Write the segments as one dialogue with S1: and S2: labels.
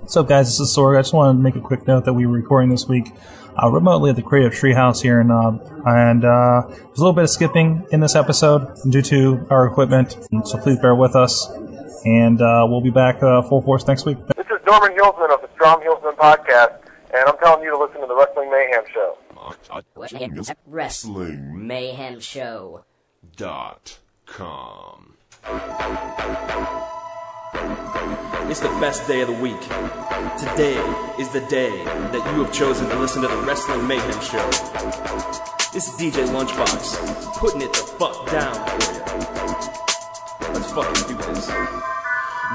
S1: What's up, guys? This is Sorg. I just wanted to make a quick note that we were recording this week uh, remotely at the Creative Treehouse here in Knob, and uh, there's a little bit of skipping in this episode due to our equipment, so please bear with us, and uh, we'll be back uh, full force next week.
S2: This is Norman Hillsman of the Strom Hillsman Podcast, and I'm telling you to listen to the Wrestling Mayhem Show.
S3: Wrestling Mayhem Show.
S4: dot com.
S5: It's the best day of the week. Today is the day that you have chosen to listen to the Wrestling Mayhem Show. This is DJ Lunchbox, putting it the fuck down for you. Let's fucking do this.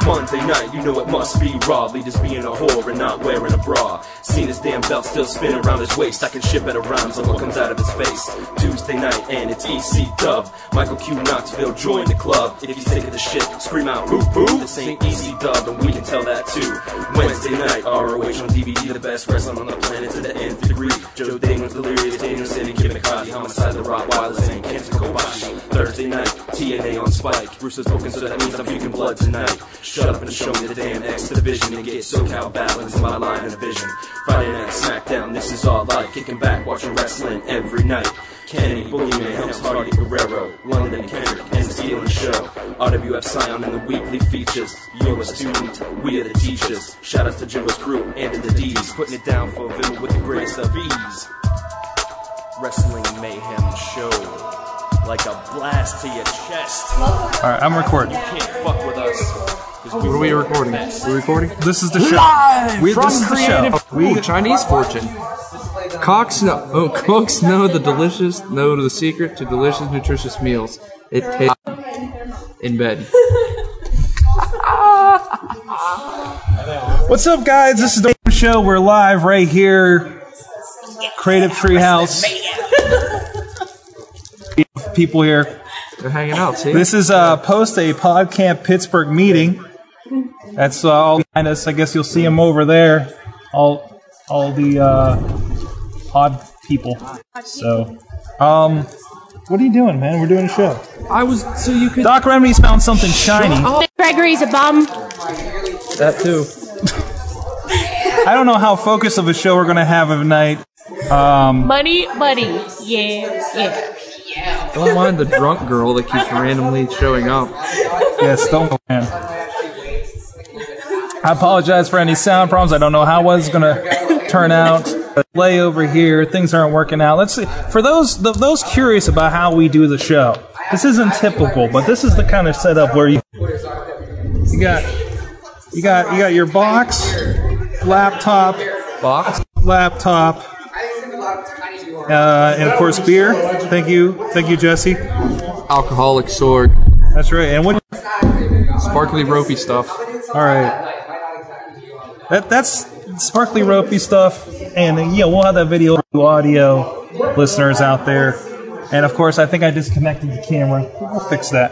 S5: Monday night, you know it must be raw. Leaders being a whore and not wearing a bra. Seen his damn belt still spinning around his waist. I can ship it around so what comes out of his face. Tuesday night, and it's EC Dub. Michael Q Knoxville joined the club. If you think of the shit, scream out, boo boo. This ain't EC Dub, and we can tell that too. Wednesday night, ROH on DVD, the best wrestling on the planet to the nth degree. Joe Damon's delirious, Daniel City, Kim McCarthy, Homicide, The Rottweilers, and Kenta Kobashi. Thursday night, TNA on Spike. Bruce is broken, so that means I'm puking blood tonight. Shut up and show me the damn X division and get SoCal battling to my line of vision. Friday night SmackDown, this is all life. Kicking back, watching wrestling every night. Kenny, Boogeyman, Helms, Hardy, Guerrero, London, and Kendrick, and stealing the show. RWF Scion and the weekly features. You're a student, we are the teachers. Shout out to Jimbo's crew and to the D's. Putting it down for Vim with the grace of ease. Wrestling Mayhem Show. Like a blast to your chest.
S1: All right, I'm recording.
S5: Can't fuck with us. What
S6: What are we recording? We're recording.
S1: This is the show.
S6: We
S1: from
S6: this is the
S1: Creative-
S6: show. We Chinese fortune. Cooks know. Oh, cooks know the delicious. Know the secret to delicious, nutritious meals. It tastes in bed.
S1: What's up, guys? This is the show. We're live right here, Creative Treehouse. People here.
S6: They're hanging out. See.
S1: This is uh, post a PodCamp Pittsburgh meeting. That's uh, all behind us. I guess you'll see them over there. All, all the uh, pod people. So, um, what are you doing, man? We're doing a show.
S6: I was so you could
S1: Doc Remedies found something shiny.
S7: Gregory's a bum.
S6: that too.
S1: I don't know how focused of a show we're gonna have tonight.
S7: Money, buddy. Yeah, yeah.
S6: Don't mind the drunk girl that keeps randomly showing up.
S1: Yes, don't man. I apologize for any sound problems. I don't know how it's gonna turn out. Lay over here, things aren't working out. Let's see. For those th those curious about how we do the show, this isn't typical, but this is the kind of setup where you you got you got you got your box, laptop,
S6: Box.
S1: laptop, uh, and of course beer. Thank you, thank you, Jesse.
S6: Alcoholic sword.
S1: That's right. And what?
S6: Sparkly ropey stuff.
S1: All right. That that's sparkly ropey stuff, and you know we'll have that video to audio listeners out there. And of course, I think I disconnected the camera. We'll fix that.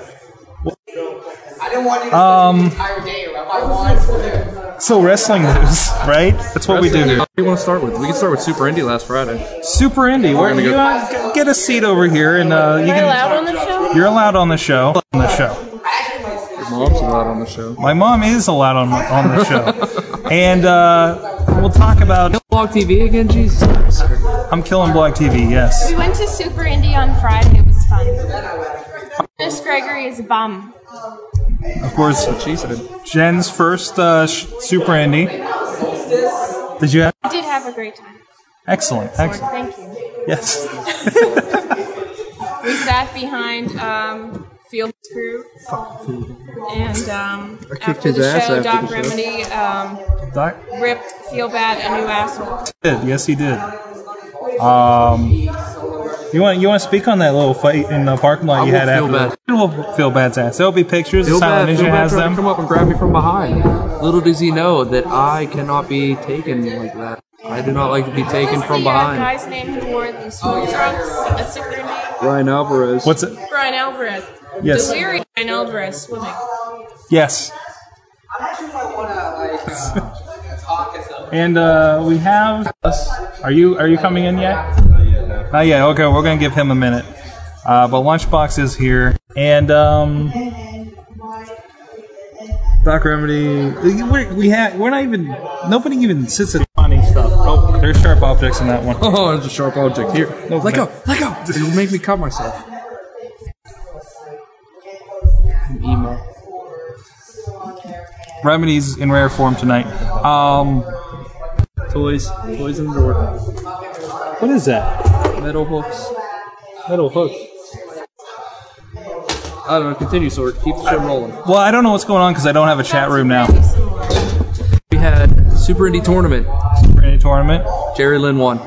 S1: Um. So wrestling news, right? That's what we do.
S6: What do you want to start with? We can start with Super Indie last Friday.
S1: Super indie. Where
S6: gonna
S1: you
S6: go-
S1: uh, g- get a seat over here, and uh, you
S7: Am I
S1: can.
S7: allowed on the show?
S1: You're allowed on the show. On the show.
S6: Your mom's allowed on the show.
S1: My mom is allowed on on the show, and uh, we'll talk about.
S6: Blog TV again, Jesus.
S1: I'm killing Black TV. Yes.
S8: We went to Super Indie on Friday. It was fun. Miss Gregory is a bum.
S1: Of course,
S6: She said.
S1: Jen's first uh, sh- Super Indie. Did you have?
S8: I did have a great time.
S1: Excellent, excellent.
S8: Thank you.
S1: Yes.
S8: We sat behind um, Field Crew. And um,
S6: kicked
S8: after
S6: his
S8: the
S6: ass
S8: show,
S6: after
S8: Doc
S6: the show.
S8: Remedy um,
S1: Doc
S8: ripped Feel Bad a new asshole.
S1: did. Yes, he did. Um, you want you want to speak on that little fight in the parking lot
S6: I
S1: you
S6: will
S1: had
S6: feel
S1: after? We'll feel bad's ass. There'll be pictures.
S6: Feel
S1: Silent
S6: bad,
S1: Ninja
S6: feel bad
S1: has
S6: trying to
S1: them.
S6: come up and grab me from behind. Little does he know that I cannot be taken like that. I do not like to be taken
S8: What's
S6: from
S8: the uh,
S6: behind.
S8: guy's name who wore the smoke trunks at Super Indie?
S6: Ryan Alvarez.
S1: What's it?
S8: Brian Alvarez.
S1: Yes.
S8: Delirious Brian Alvarez swimming.
S1: Yes. And uh, we have. Are you are you coming in yet? Not yet. Okay, we're gonna give him a minute. Uh, but lunchbox is here, and um, Doc Remedy. We're, we have. We're not even. Nobody even sits at finding stuff. Oh, there's sharp objects in that one.
S6: Oh, there's a sharp object here.
S1: No,
S6: let
S1: no.
S6: go, let go. It'll make me cut myself. I'm emo.
S1: Remedies in rare form tonight. Um, toys, toys in the door. What is that?
S6: Metal hooks.
S1: Metal hook.
S6: I don't know. Continue, sword. Keep the show rolling.
S1: Well, I don't know what's going on because I don't have a chat room now.
S6: We had Super Indie Tournament.
S1: Any tournament?
S6: Jerry Lynn won.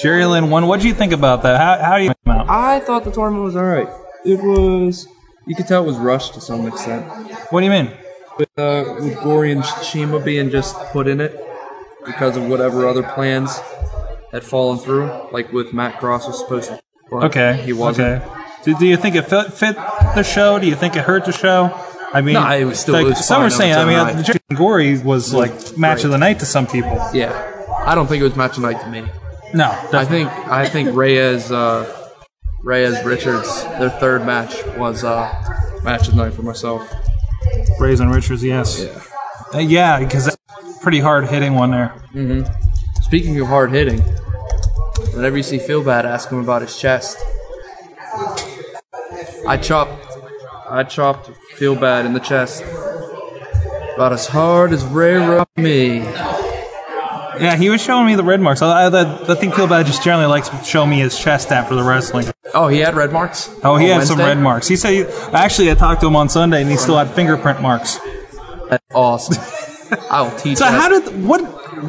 S1: Jerry Lynn won. What do you think about that? How, how do you?
S6: I thought the tournament was all right. It was. You could tell it was rushed to some extent.
S1: What do you mean?
S6: With, uh, with Gory and Shima being just put in it because of whatever other plans had fallen through, like with Matt Cross was supposed to. but
S1: Okay,
S6: He wasn't.
S1: Okay. Do, do you think it fit, fit the show? Do you think it hurt the show? I mean,
S6: No, it was still-
S1: like,
S6: it was
S1: some
S6: fine
S1: are
S6: on
S1: saying.
S6: its
S1: I
S6: own
S1: mean,
S6: right.
S1: the Jason Gory was like match of the night to some people.
S6: Yeah, I don't think it was match of night to me.
S1: No,
S6: I think I think Reyes uh, Reyes Richards their third match was uh, match of night for myself.
S1: Rays and Richards, yes. Yeah, uh, yeah, because that's a pretty hard hitting one there.
S6: Speaking of hard hitting, whenever you see Feel Bad, ask him about his chest. I chopped, I chopped Feel Bad in the chest, about as hard as railroad me.
S1: Yeah, he was showing me the red marks. I, I, that- I think Feel Bad just generally likes to show me his chest after the wrestling.
S6: Oh, he had red marks.
S1: Oh, he
S6: on
S1: had some
S6: Wednesday?
S1: red marks. He said, he, actually, I talked to him on Sunday, and he still had fingerprint marks.
S6: That's awesome. I'll teach.
S1: So
S6: that.
S1: how did what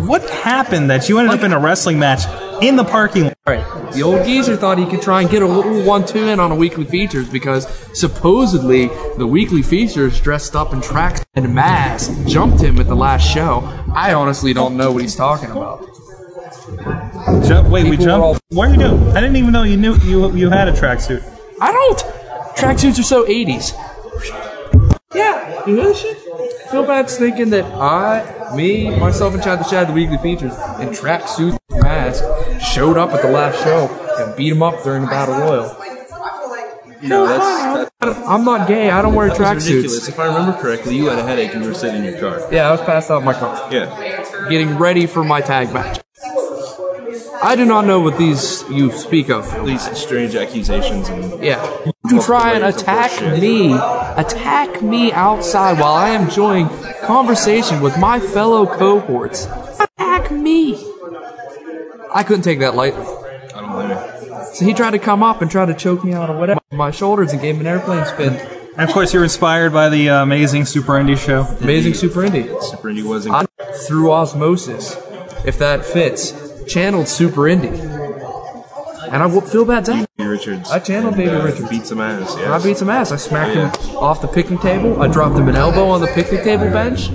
S1: what happened that you ended up in a wrestling match in the parking lot?
S6: All right, the old geezer thought he could try and get a little one-two in on a weekly features because supposedly the weekly features dressed up in tracks and masks jumped him at the last show. I honestly don't know what he's talking about.
S1: Jump, wait, we
S6: People were
S1: jumped.
S6: all-
S1: what are you doing? I didn't even know you knew you you had a tracksuit.
S6: I don't. Tracksuits are so 80s. Yeah, you know this shit? Feel bad's thinking that I, me, myself, and Chad the Chad, the weekly features, in tracksuit mask, showed up at the last show and beat him up during the Battle Royal.
S5: No, that's
S6: I don't- I'm not gay. I don't wear
S5: that's ridiculous.
S6: tracksuits.
S5: If I remember correctly, you had a headache and you were sitting in your car.
S6: Yeah, I was passed out in my car.
S5: Yeah.
S6: getting ready for my tag match. I do not know what these you speak of.
S5: These strange accusations and
S6: Yeah. You try and attack me, attack me outside while I am enjoying conversation with my fellow cohorts. Attack me. I couldn't take that lightly.
S5: I don't blame you.
S6: So he tried to come up and try to choke me out or whatever. My shoulders and gave him an airplane spin.
S1: And of course, you're inspired by the uh, amazing Super Indie show.
S6: Amazing Super Indy.
S5: Super Indy was in
S6: I through osmosis, if that fits, channeled Super Indy. And I whooped Phil Bad's ass.
S5: Davey Richards.
S6: I channeled
S5: and,
S6: Davey
S5: uh,
S6: Richards.
S5: Beat some ass. Yeah.
S6: I beat some ass. I smacked him off the picnic table. I dropped him an elbow on the picnic table bench.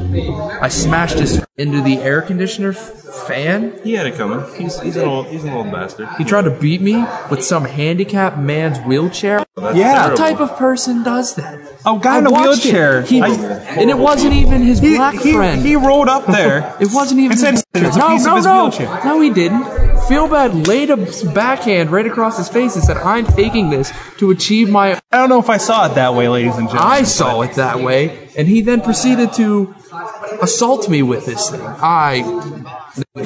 S6: I smashed his into the air conditioner f- fan.
S5: He had it coming. He's, he's an old he's an old bastard.
S6: He tried to beat me with some handicapped man's wheelchair.
S5: That's
S1: Yeah.
S5: terrible.
S6: What type of person does that?
S1: Oh, guy
S6: I
S1: in a
S6: watched it.
S1: wheelchair.
S6: He-
S1: I-
S6: and it wasn't even his
S1: He,
S6: black
S1: he,
S6: friend.
S1: he rolled up there.
S6: It wasn't even.
S1: And said
S6: his
S1: it's a
S6: wheelchair. no,
S1: piece of
S6: no,
S1: his
S6: no,
S1: wheelchair.
S6: no, he didn't. Feelbad laid a backhand right across his face and said, "I'm taking this to achieve my."
S1: I don't know if I saw it that way, ladies and gentlemen.
S6: I saw it that way, and he then proceeded to assault me with this thing. I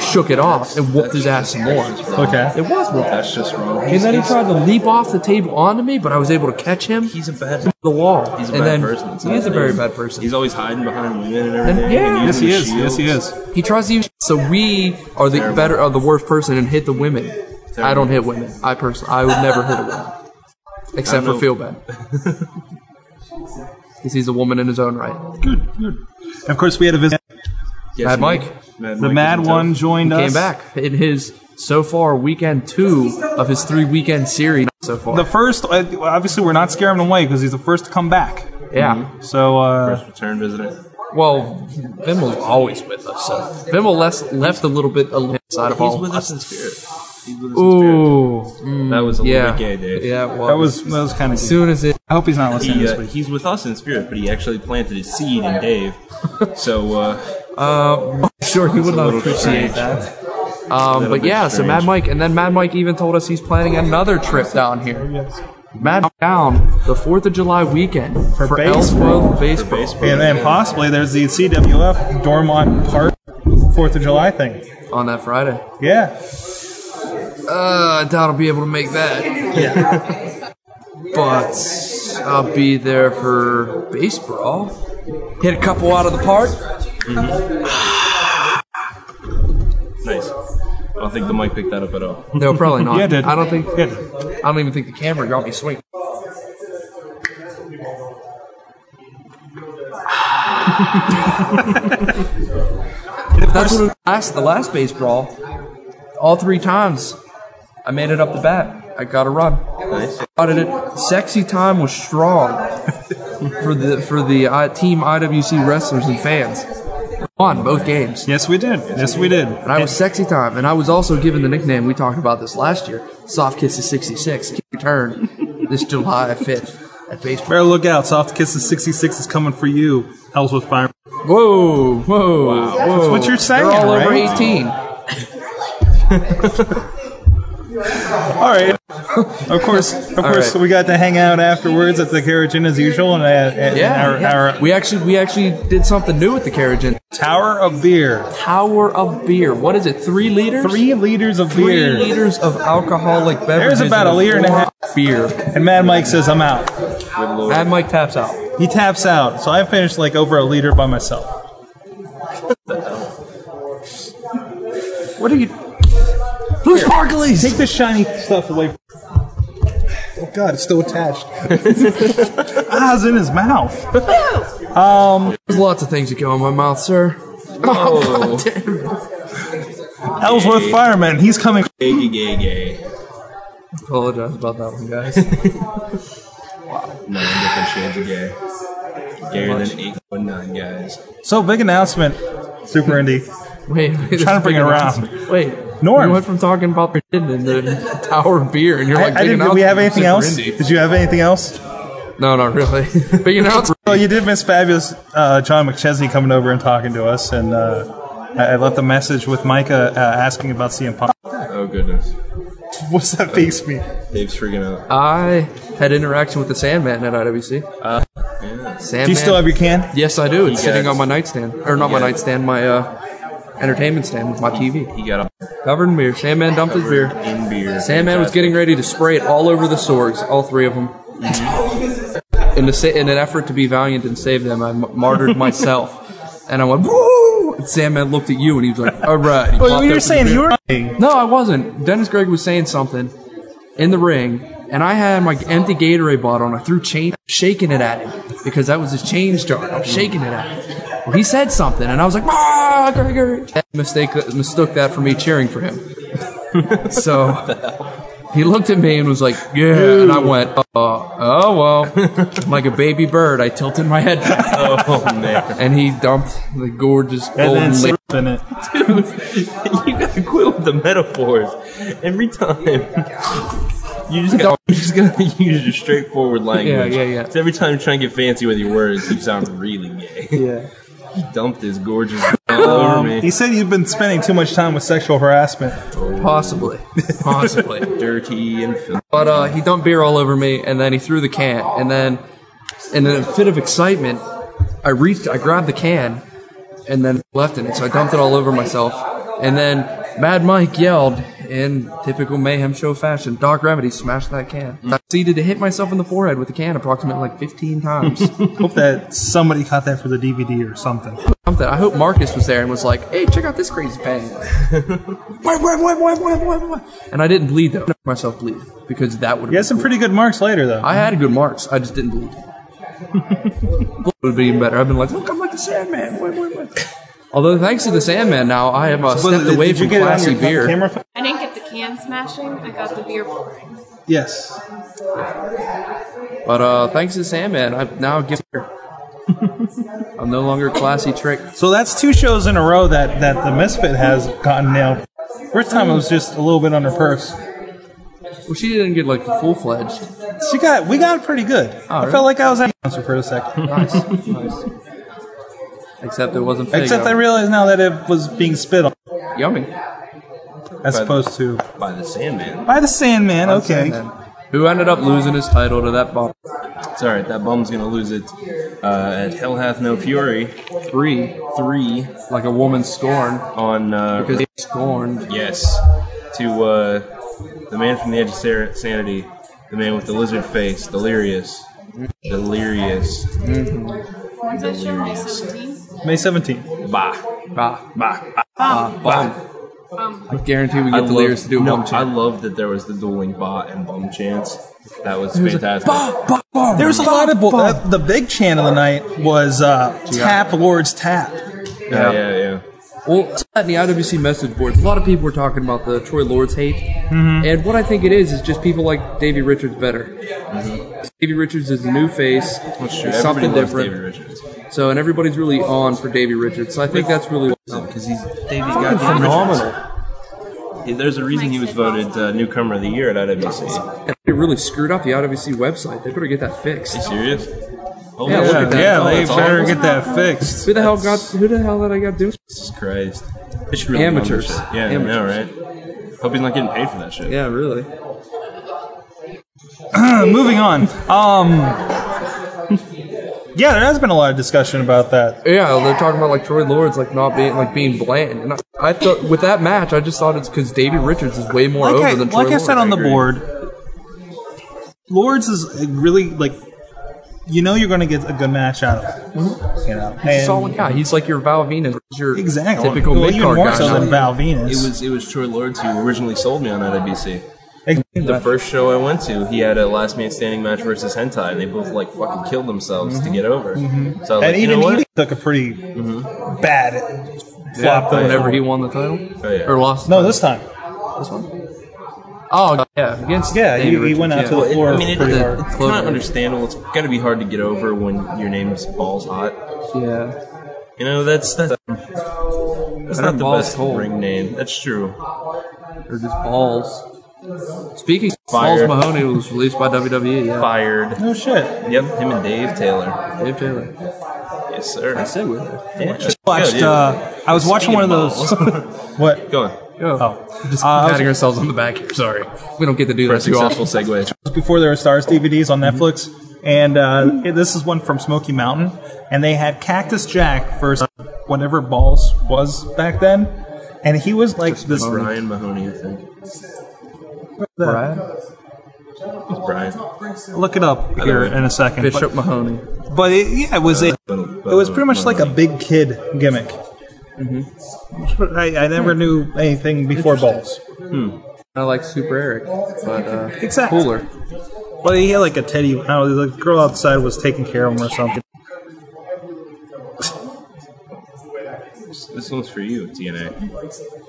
S6: shook it off and whooped his ass some more.
S1: okay.
S6: It was wrong.
S5: That's just wrong.
S6: And
S5: He's,
S6: then he
S5: he's,
S6: tried to leap off the table onto me, but I was able to catch him.
S5: he's a bad.
S6: the wall.
S5: He's a
S6: and
S5: bad
S6: then
S5: person. It's
S6: He is a
S5: not-
S6: very bad person.
S5: He's always hiding behind women and everything.
S6: And- yeah.
S1: Yes,
S5: using
S1: he
S5: the
S1: is. Yes, he
S5: shields.
S1: is.
S6: He tries to use. So we are the better, are the worst person and hit the women. I don't hit women. I personally, I would never hit a woman, except for
S5: know.
S6: feel bad, because he's a woman in his own right.
S1: Of course, we had a visit.
S5: Yes,
S6: Mad
S5: he
S6: Mike.
S5: is. Mad
S1: The
S5: Mike
S1: Mad
S5: is a
S1: One
S5: tough-
S1: joined us.
S6: Came back in his so far weekend two of his three weekend series so far.
S1: The first, uh, obviously, we're not scaring him away because he's the first to come back.
S6: yeah.
S1: So, uh,
S5: Return visitor.
S6: Well, Vim was always with us. So Vim left, left a little bit outside of all.
S5: He's with
S6: of
S5: us in spirit. He's with us in
S6: Ooh.
S5: spirit. That was a little
S6: Yeah.
S5: bit gay, Dave.
S6: Yeah. Well,
S1: that was that was kind of.
S6: as soon as it.
S1: I hope he's not listening
S5: He,
S1: this
S5: uh,
S1: week.
S5: he's with us in spirit, but he actually planted his seed in Dave. So uh,
S6: Uh, I'm sure he would
S5: a
S6: not
S5: little strange.
S6: appreciate that. Um, but
S5: bit
S6: yeah, so Mad
S5: strange.
S6: Mike, and then Mad Mike even told us he's planning another trip down here. Mad down the Fourth of July weekend for,
S1: baseball.
S6: Ellsworth baseball.
S1: And then possibly there's the CWF Dormont Park Fourth of July thing.
S6: on that Friday.
S1: Yeah.
S6: Uh, I doubt I'll be able to make that.
S1: Yeah.
S6: but I'll be there for base brawl. Hit a couple out of the park.
S5: Nice. I don't think the mic picked that up at all.
S6: No, probably not.
S1: Yeah, it did.
S6: I don't think.
S1: Yeah, it did.
S6: I don't even think the camera got me swinging. That's what it was last the last base brawl. All three times, I made it up the bat. I got a run.
S5: Nice.
S6: Got it. Sexy time was strong for the for the uh, team IWC wrestlers and fans. Won both games.
S1: Yes, we did. Yes, we did.
S6: And I was sexy time, and I was also given the nickname we talked about this last year, Soft Kisses sixty six. Return this July fifth at baseball.
S1: Better look out. Soft Kisses 66 is coming for you, Ellsworth Fire.
S6: Whoa, whoa, whoa! That's
S1: what you're saying,
S6: They're all over
S1: right?
S6: eighteen.
S1: All right. Of course, of course,
S6: right.
S1: we got to hang out afterwards at the Carriage Inn as usual, and, uh, and
S6: Yeah,
S1: our,
S6: yeah.
S1: our
S6: we actually we actually did something new with the carriage and
S1: tower of beer,
S6: Tower of Beer. What is it? Three liters.
S1: three liters of
S6: Three
S1: beer.
S6: liters of alcoholic beverages.
S1: about a liter and a half.
S6: beer.
S1: And Mad Mike says, "I'm out."
S6: And Mike taps out.
S1: He taps out, so I finished like over a liter by myself.
S6: What are you? Blue sparklies.
S1: Take this shiny stuff away. Oh God, it's still attached. ah, it's in his mouth.
S6: There's lots of things that go in my mouth, sir.
S5: Oh,
S1: Ellsworth Fireman, he's coming.
S5: gay, gay, gay, gay.
S6: Apologize about that one, guys.
S5: Nine different shades of gay. Gayer than 819, guys.
S1: So big announcement, Super Indy.
S6: Wait, wait
S1: Trying to bring it around.
S6: Wait,
S1: Norm.
S6: We went from talking about Virginia and the Tower of Beer, and you're
S1: I,
S6: like,
S1: I
S6: big
S1: didn't. Did we
S6: announcement
S1: have
S6: from
S1: anything
S6: Super
S1: else?
S6: Indy.
S1: Did you have anything else?
S6: No, not really. big announcement.
S1: Well, Oh, you did miss fabulous uh, John McChesney coming over and talking to us, and uh, I, I left a message with Micah uh, asking about CM Punk.
S5: Oh, goodness.
S1: What's that face mean?
S5: Dave's freaking out.
S6: I had interaction with the Sandman at IWC.
S5: Uh,
S6: Sandman.
S1: Do you still have your can?
S6: Yes, I do. It's
S5: You
S6: sitting
S5: guys-
S6: on my nightstand, or not my
S5: guys-
S6: nightstand, my uh, entertainment stand with my TV,
S5: He got up
S6: covered in beer. Sandman dumped his beer.
S5: in beer.
S6: Sandman was getting ready to spray it all over the Sorgs, all three of them. Mm-hmm. In, a, sa- in an effort to be valiant and save them, I m- martyred myself. and I went, woo! And Sandman looked at you and he was like, all right. He
S1: Well,
S6: popped
S1: you were
S6: open
S1: saying
S6: the
S1: you
S6: beer.
S1: were.
S6: No, I wasn't. Dennis Gregg was saying something in the ring, and I had my empty Gatorade bottle and I threw change, shaking it at him because that was his change jar. I'm shaking it at him. Well, he said something, and I was like, ah, Gregory. And Mistake, uh, mistook that for me cheering for him. so he looked at me and was like, yeah. And I went, uh, oh, well. like a baby bird, I tilted my head back.
S5: Oh, man.
S6: And he dumped the gorgeous
S1: And then
S6: golden lady.
S1: syrup in it.
S5: Dude, you gotta quit with the metaphors. Every time. You just got you just gotta use your straightforward language.
S6: yeah, yeah.
S5: 'Cause every time you try and get fancy with your words, you sound really gay. Yeah. He dumped his gorgeous
S6: Um,
S5: all over me.
S1: He said you've been spending too much time with sexual harassment.
S6: Possibly. Possibly.
S5: dirty and filthy.
S6: But uh, he dumped beer all over me, and then he threw the can. And then, in a fit of excitement, I reached, I grabbed the can, and then left in it. So I dumped it all over myself. And then Mad Mike yelled in typical mayhem show fashion, "Doc Remedy, smash that can!" I proceeded to hit myself in the forehead with the can approximately like 15 times.
S1: Hope that somebody caught that for the DVD or something.
S6: Something. I hope Marcus was there and was like, "Hey, check out this crazy bang!" Wah, wah, wah, wah, wah, wah, wah. and I didn't bleed though. I let myself bleed because that would.
S1: You had some pretty good marks later, though.
S6: I had good marks. I just didn't bleed. Blood would be even better. I've been like, look, I'm like the Sandman. Wait, wait, wait. Although, thanks to the Sandman, now I have uh,
S1: Was
S6: stepped
S1: it-
S6: away
S1: did you
S6: from
S1: get it on
S6: classy
S1: your ca-
S6: beer.
S1: camera phone?
S9: I didn't get the can smashing. I got the beer pouring.
S1: Yes.
S6: But uh, thanks to the Sandman, I now give. I'm no longer a classy trick.
S1: So that's two shows in a row that, that the Misfit has gotten nailed. First time it was just a little bit under purse.
S6: Well, she didn't get like full fledged.
S1: She got we got pretty good. I
S6: Oh, really?
S1: felt like I was at a concert for a second.
S6: Nice, nice. Except it wasn't. Fig,
S1: Except
S6: though.
S1: I realize now that it was being spit on
S6: yummy.
S1: as opposed to
S5: by the Sandman.
S1: by the Sandman. okay,
S6: Sandman. who ended up losing his title to that bum.
S5: It's all right. That bum's gonna lose it uh, at Hell Hath No Fury
S6: Three,
S5: three
S6: like a woman scorned,
S5: on uh,
S6: because they scorned.
S5: yes to uh, the man from the edge of Sar- sanity, the man with the lizard face, Delirious, Delirious.
S9: When's that show? May 17th?
S1: May 17th.
S5: Bah,
S6: Bah,
S5: bah. I
S6: bah, bah. I guarantee we get Ah, the
S5: love-
S6: lyrics to do
S5: no,
S6: one
S5: I
S6: chant.
S5: love that there was the dueling bah and bum chants. That was fantastic.
S1: There was a lot of bull. that- the big chant of the night was uh, Tap Lord's Tap.
S5: yeah, yeah, yeah.
S6: Well, in the IWC message boards, a lot of people were talking about the Troy Lords hate,
S5: Mm-hmm.
S6: and what I think it is is just people like Davey Richards better. Davey Richards is a new face,
S5: Mm-hmm. That's true.
S6: it's something
S5: Everybody loves
S6: different.
S5: David Richards.
S6: So, and everybody's really on for Davey Richards. So I think that's really
S5: because he's Davey's got phenomenal. There's a reason he was voted uh, newcomer of the year at IWC.
S6: they really screwed up the IWC website. They better get that fixed.
S5: Are you serious? Holy
S6: Yeah,
S5: shit,
S6: look at that. Oh,
S5: that's all- that's all-
S1: get that fixed.
S6: Who the hell got? Who the hell did I got do?
S5: Jesus Christ. They should really fund this
S6: Amateurs.
S5: shit. Yeah,
S6: Amateurs.
S5: I know, right? Hope he's not getting paid for that shit.
S6: Yeah, really.
S1: Moving on. Um, yeah, there has been a lot of discussion about that.
S6: Yeah, they're talking about like Troy Lords like not being like being bland. And I, I thought with that match, I just thought it's because Davey Richards is way more
S1: Like,
S6: over
S1: I,
S6: than
S1: like
S6: Troy
S1: I said
S6: Lords.
S1: on the
S5: agree.
S1: board, Lords is really like you know you're going to get a good match out of. it. You know,
S6: He's a
S1: And-
S6: solid guy. He's like your Val Venus, your
S1: Exactly.
S6: typical
S1: well,
S6: mid
S1: even
S6: card
S1: more
S6: guy.
S1: so than
S6: now.
S1: Val Venus.
S5: It was it was Troy Lords who originally sold me on IWC.
S1: Ex-
S5: The first show I went to, he had a last man standing match versus Hentai, and they both like fucking killed themselves to get over. So I was
S1: Mm-hmm. and
S5: like, you know
S1: even
S5: what?
S1: he took a pretty bad flop. though.
S6: Whenever he won the title
S5: Oh, yeah.
S6: or lost.
S1: no, this time.
S6: Oh yeah, against
S1: Yeah,
S6: Davey
S1: he- he
S6: Richards,
S1: went out to
S6: yeah.
S1: the-
S5: Well, it-
S1: Or
S5: I mean, it,
S1: pretty
S5: it-
S1: hard.
S5: it's
S6: Clover.
S5: kind of understandable. It's got to be hard to get over when your name's balls hot.
S6: yeah.
S5: You know, that's that's, that's
S6: Better
S5: not the
S6: balls
S5: best
S6: cold.
S5: ring name. That's true.
S6: Or just balls. Speaking, of
S5: Fire.
S6: Balls Mahoney was released by WWE. Yeah,
S5: Fired.
S1: No shit.
S5: Yep, him and Dave Taylor.
S6: Dave Taylor.
S5: Yes, sir.
S6: I said we.
S5: Yeah.
S1: Watched.
S5: Good, yeah.
S1: Uh, I was watching
S5: Speaking
S1: one of
S5: of
S1: those. what?
S5: Go on.
S1: Oh,
S6: Just
S1: Uh, I was-
S6: patting ourselves on the back here. Sorry, we don't get to do that too often.
S5: Successful segue.
S1: before there were stars DVDs on Netflix, and uh, it- this is one from Smoky Mountain, and they had Cactus Jack versus whatever Balls was back then, and he was like this.
S5: Brian Mahoney, I think. It's
S6: Brad
S5: Brian.
S1: Look it up here in a second. but-
S6: Bishop Mahoney.
S1: But, it, yeah, it was a,
S5: But-
S1: it was pretty much like a big kid gimmick. Mm-hmm. I, I never knew anything before Balls.
S6: I like Super Eric, but uh,
S1: Exactly.
S6: cooler.
S1: Well, he had like a teddy. I don't know, the girl outside was taking care of him or something.
S5: This one's for you, DNA.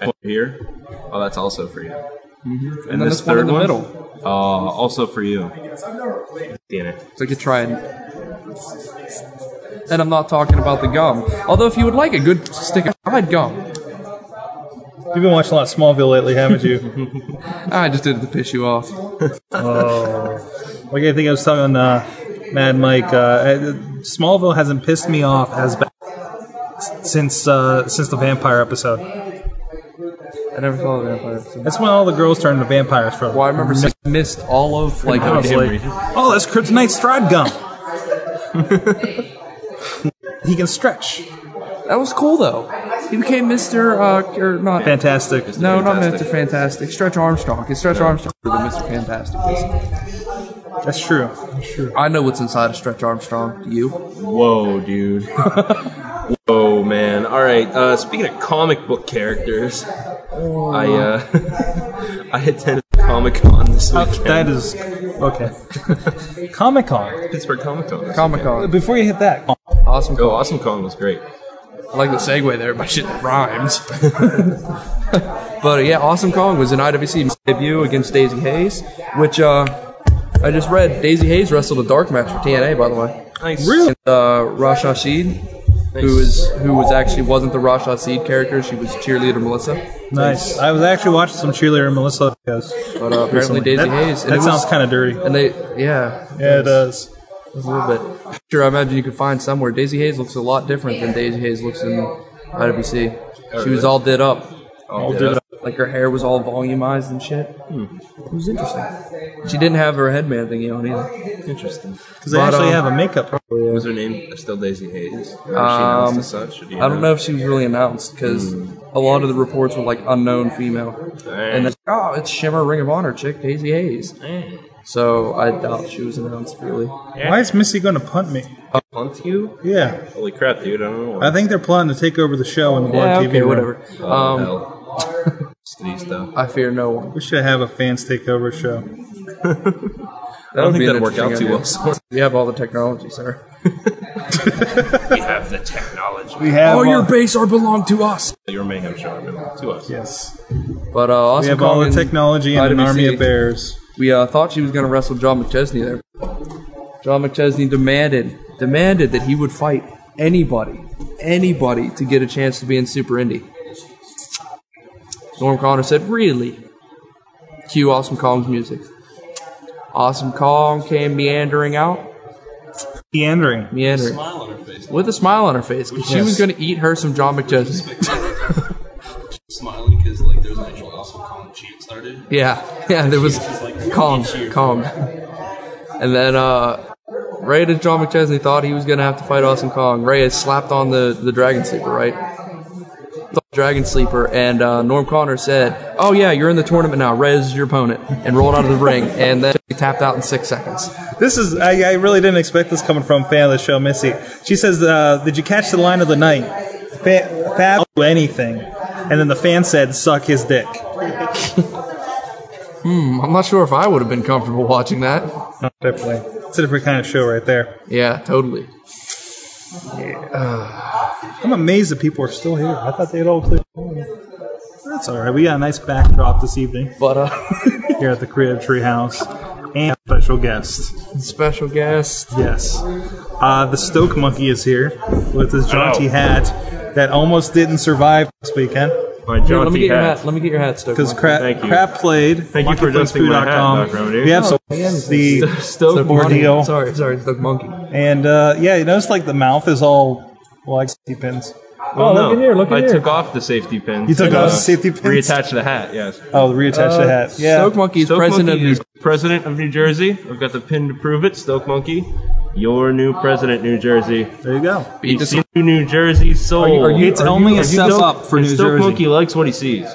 S5: And Here. Oh, that's also for you. And,
S6: then
S5: this
S6: this one
S5: third
S6: in the
S5: one?
S6: middle.
S5: Uh, also for you. DNA.
S6: It's like a trident. And I'm not talking about the gum. Although, if you would like a good stick of fried gum,
S1: You've been watching a lot of Smallville lately, haven't you?
S6: I just did it to piss you off.
S1: like I think I was telling uh, Mad Mike, uh, uh, Smallville hasn't pissed me off as bad since uh, since the vampire episode.
S6: I never thought of vampire episode.
S1: That's when all the girls turned into vampires from.
S6: Well, I remember seeing missed all of like
S1: I was
S6: the-
S1: like, oh, that's Kryptonite stride gum. he can stretch.
S6: that was cool though. He became Mr. Uh, or not?
S1: Fantastic.
S6: no, not
S5: Fantastic.
S6: Mr. Fantastic. Stretch Armstrong. It's Stretch Armstrong. The Mr. Fantastic. is.
S1: That's true.
S6: I know what's inside of Stretch Armstrong. Do you?
S5: Whoa, dude. Whoa, man. All right. Uh, speaking of comic book characters, I uh, I attended Comic Con this
S1: Oh,
S5: weekend.
S1: that is okay. Comic Con.
S5: Pittsburgh Comic Con.
S6: Comic Con.
S1: Before you hit that,
S6: Awesome.
S5: Oh, Awesome Con was great.
S6: I like the segue there, but shit that rhymes. but uh, yeah, Awesome Kong was an IWC debut against Daisy Hayes, which uh, I just read. Daisy Hayes wrestled a dark match for TNA, by the way.
S5: Nice.
S6: Really? Uh, Rash Hashid, who is who was actually wasn't the Rash Hashid character. She was cheerleader Melissa.
S1: nice. I was actually watching some cheerleader Melissa videos.
S6: But uh, apparently Daisy
S1: That,
S6: Hayes.
S1: that sounds kind of dirty.
S6: And they, yeah,
S1: Yeah, it does.
S6: a little bit. Sure, I imagine you could find somewhere. Daisy Hayes looks a lot different than Daisy Hayes looks in IWC. She was
S5: really?
S6: all did up.
S5: Oh,
S1: did
S5: yeah,
S6: Like her hair was all volumized and shit. It was interesting. She didn't have her headband thingy on either. um, Interesting.
S1: Because they actually
S6: uh,
S1: have a makeup.
S5: What was her name? Still Daisy Hayes. Or was she announced
S6: Um,
S5: as such? Or do you
S6: I don't know if she was really announced because a lot of the reports were like unknown female, and then oh, it's Shimmer Ring of Honor chick Daisy Hayes. So I doubt she was announced really.
S1: Why is Missy going to punt me?
S5: Hunt you?
S1: Yeah,
S5: Holy crap, dude! I don't know. Why.
S1: I think they're planning to take over the show and go
S6: Yeah,
S1: on TV.
S6: okay,
S1: room.
S6: whatever.
S5: Oh,
S6: Um,
S5: hell. City stuff.
S6: I fear no one.
S1: We should have a fans take over show.
S5: I don't think
S6: that
S5: that'd work out too well. so-
S6: We have all the technology, sir.
S5: We have the technology.
S1: We have
S6: all your
S1: all-
S6: base are belong to us.
S5: Your mayhem show, remember? To us.
S1: yes.
S6: But
S1: We
S6: uh, also
S1: have all the
S6: Kong and
S1: technology and an
S6: IWC.
S1: army of bears.
S6: We uh, thought she was going to wrestle John McChesney there. John McChesney demanded demanded that he would fight anybody, anybody to get a chance to be in Super Indy. Norm Connor said, "Really?" Cue Awesome Kong's music. Awesome Kong came meandering out,
S1: Meandering.
S6: meandering
S5: Smile on her face.
S6: with a smile on her face 'cause she
S1: Yes.
S6: was going to eat her some John McChesney.
S5: Smiling because like there's an actual awesome Kong chant started.
S6: Yeah, yeah, there was Kong, Kong. And then uh, right as John McChesney thought he was going to have to fight Awesome Kong, Ray had slapped on the, the Dragon Sleeper, right? Dragon Sleeper, and uh, Norm Connor said, Oh, yeah, you're in the tournament now. Ray is your opponent, and rolled out of the ring, and then he tapped out in six seconds.
S1: This is I, I really didn't expect this coming from a fan of the show, Missy. She says, uh, "Did you catch the line of the night? Fa- Fab will do anything." And then the fan said, "Suck his dick."
S6: I'm not sure if I would have been comfortable watching that.
S1: Not definitely. It's a different kind of show right there.
S6: Yeah, totally.
S1: I'm amazed that people are still here. I thought they'd all clear. That's all right. We got a nice backdrop this evening
S6: But uh,
S1: here at the Creative Tree House and special guest.
S6: special guest.
S1: Yes. Uh, the Stoke Monkey is here with his jaunty
S5: Ow.
S1: hat that almost didn't survive this weekend
S5: My
S6: Here, let
S5: jaunty
S6: me get your
S5: hat.
S6: hat. Let me get your hat, Stoke.
S1: because
S6: Monkey.
S1: crap,
S5: Thank you.
S1: crap played.
S5: Thank you for adjusting my hat,
S1: monkeyflipscrew.com.
S5: Doc Remedy.
S1: We have some
S6: Oh, man.
S1: the
S6: Stoke,
S1: Stoke
S6: Monkey.
S1: ordeal.
S6: Sorry, sorry, Stoke Monkey.
S1: and uh, yeah, you notice like the mouth is all well, like safety pins.
S5: Oh,
S1: look
S5: no.
S1: at here, look at
S5: I
S1: here.
S5: took off the safety pins.
S1: You took
S5: Uh,
S1: off the safety pins?
S5: Reattached the hat, yes.
S1: Oh, reattach the hat. Yeah.
S6: Uh, Stoke Monkey is
S5: Stoke
S6: president
S5: Monkey
S6: of New
S5: is president of New Jersey. I've got the pin to prove it. Stoke Monkey, your new president, New Jersey.
S1: there you go.
S5: You see New Jersey soul.
S1: are you- It's are you- only a
S5: And
S1: step
S5: Stoke-
S1: up for
S5: and
S1: New
S5: Stoke
S1: Jersey.
S5: Monkey likes what he sees.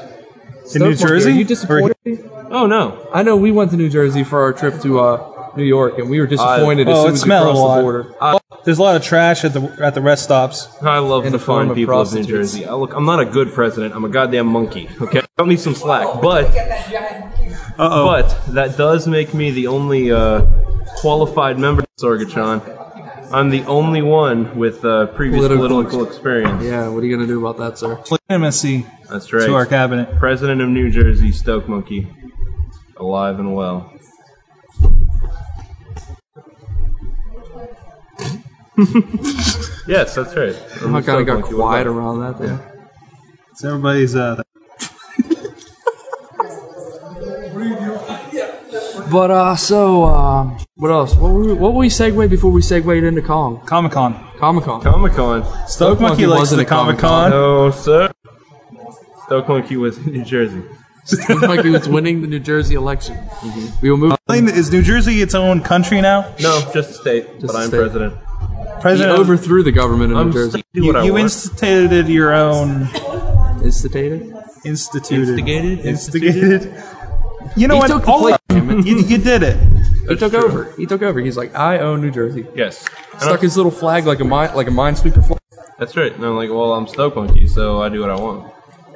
S1: In New Jersey?
S6: Are you
S1: Or-
S6: disappointed?
S5: Oh no,
S6: I know we went to New Jersey for our trip to uh, New York, and we were disappointed as
S1: oh,
S6: soon
S1: it
S6: as we
S1: smelled
S6: crossed
S1: a lot.
S6: the border. Oh,
S1: There's a lot of trash at the at the rest stops.
S5: I love
S6: In
S5: the
S6: the form
S5: fine
S6: of
S5: people of New
S6: prostitutes.
S5: Jersey. I look, I'm not a good president. I'm a goddamn monkey. Okay, cut me some slack, but
S1: Uh oh.
S5: but that does make me the only uh, qualified member of Sorgatron. I'm the only one with uh, previous
S6: Political
S5: political, experience.
S6: Yeah, what are you gonna do about that, sir?
S1: Legitimacy
S5: That's right.
S1: to our cabinet.
S5: President of New Jersey, Stoke Monkey, alive and well. yes, that's right.
S6: I kind of
S5: Stoke
S6: got
S5: Monkey, what
S6: quiet
S5: about-
S6: around that. Thing.
S1: It's everybody's uh,
S6: But uh, so um, what else? What were, we, what were we segue before we segued into Kong
S1: Comic Con.
S6: Comic Con?
S5: Comic Con.
S1: Stoke Monkey
S6: Monkey
S1: likes
S6: wasn't
S1: the
S6: at Comic
S1: Comic Con.
S5: No, sir. Stoke Monkey was in New Jersey.
S6: like he was winning the New Jersey election.
S5: Mm-hmm.
S6: We will move.
S1: Is New Jersey its own country now?
S5: No, just a state, but
S6: a
S5: I'm
S6: state.
S5: president.
S6: He
S1: President,
S6: overthrew the government of
S5: I'm
S6: New Jersey.
S5: state, do what I
S1: you
S5: want.
S1: instituted your own
S6: Instigated.
S1: instituted
S5: Instigated?
S1: Instigated. You know
S6: He
S1: what?
S6: took the
S1: All
S6: plate
S1: of- you, you did it.
S6: He took over. He took over. He's like, I own New Jersey.
S5: yes. And
S6: Stuck
S5: I'm-
S6: his little flag like a mine, like a minesweeper flag.
S5: that's right. And I'm like, well, I'm Stoke Monkey, so I do what I want.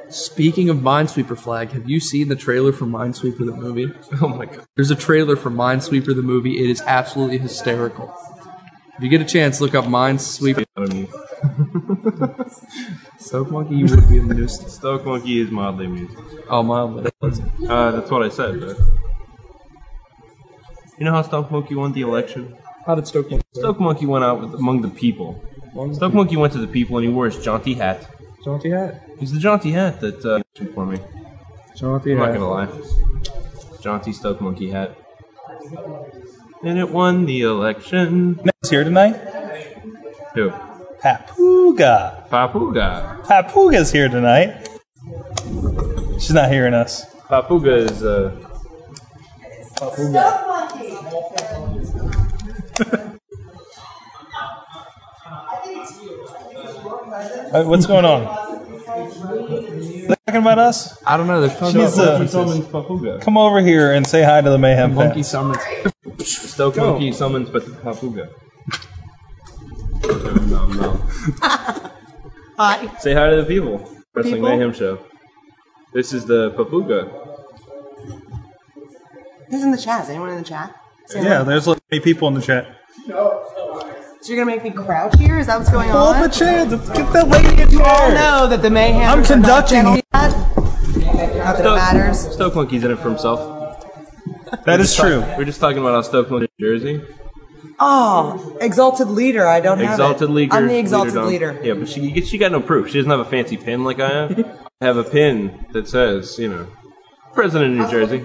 S6: Speaking of Minesweeper Flag, have you seen the trailer for Minesweeper the movie?
S5: Oh my god.
S6: There's a trailer for Minesweeper the movie. It is absolutely hysterical. If you get a chance, look up Minesweeper.
S5: I mean,
S6: Stoke Monkey, you would be amused.
S5: Stoke Monkey is mildly amused.
S6: Oh, mildly.
S5: Uh, that's what I said. But... You know how Stoke Monkey won the election?
S6: How did Stoke Monkey
S5: Stoke Monkey went out with, among the people. Stoke Monkey went to the people and he wore his jaunty hat.
S6: Jaunty hat.
S5: It was the jaunty hat that uh, for me. I'm
S6: Jaunty
S5: not
S6: hat.
S5: gonna lie. Jaunty Stoke Monkey hat. And it won the election.
S1: Next here tonight,
S5: Who?
S1: Papuga.
S5: Papuga.
S1: Papuga's here tonight. She's not hearing us.
S5: Papuga is uh,
S1: Uh, What's going on? They're talking about us?
S6: I don't know. There's probably
S1: She's, uh,
S5: Papuga.
S1: Come over here and say hi to the Mayhem
S6: monkey
S1: fan.
S6: summons.
S5: Stoke Monkey summons but Papuga. No, no, no.
S7: Hi.
S5: Say hi to the people. Wrestling
S7: People?
S5: Mayhem Show. This is the Papuga.
S8: Who's in the chat? Is anyone in the chat? Is anyone-
S1: Yeah, there's like 20 people in the chat.
S8: So you're gonna make me crouch here? Is that what's going
S1: Pull up
S8: on?
S1: a chair. Get that lady a
S8: all
S1: chair.
S8: know that the mayhem.
S1: I'm conducting
S8: Not that it matters.
S5: Stoke Monkey's in it for himself.
S1: That is true.
S5: We are just talking about how Stoke Monkey in Jersey.
S8: Oh, exalted leader. I don't have
S5: Exalted
S8: it.
S5: leader.
S8: I'm the exalted leader.
S5: Yeah, but she she got no proof. She doesn't have a fancy pin like I have. I have a pin that says, you know, President of New Jersey.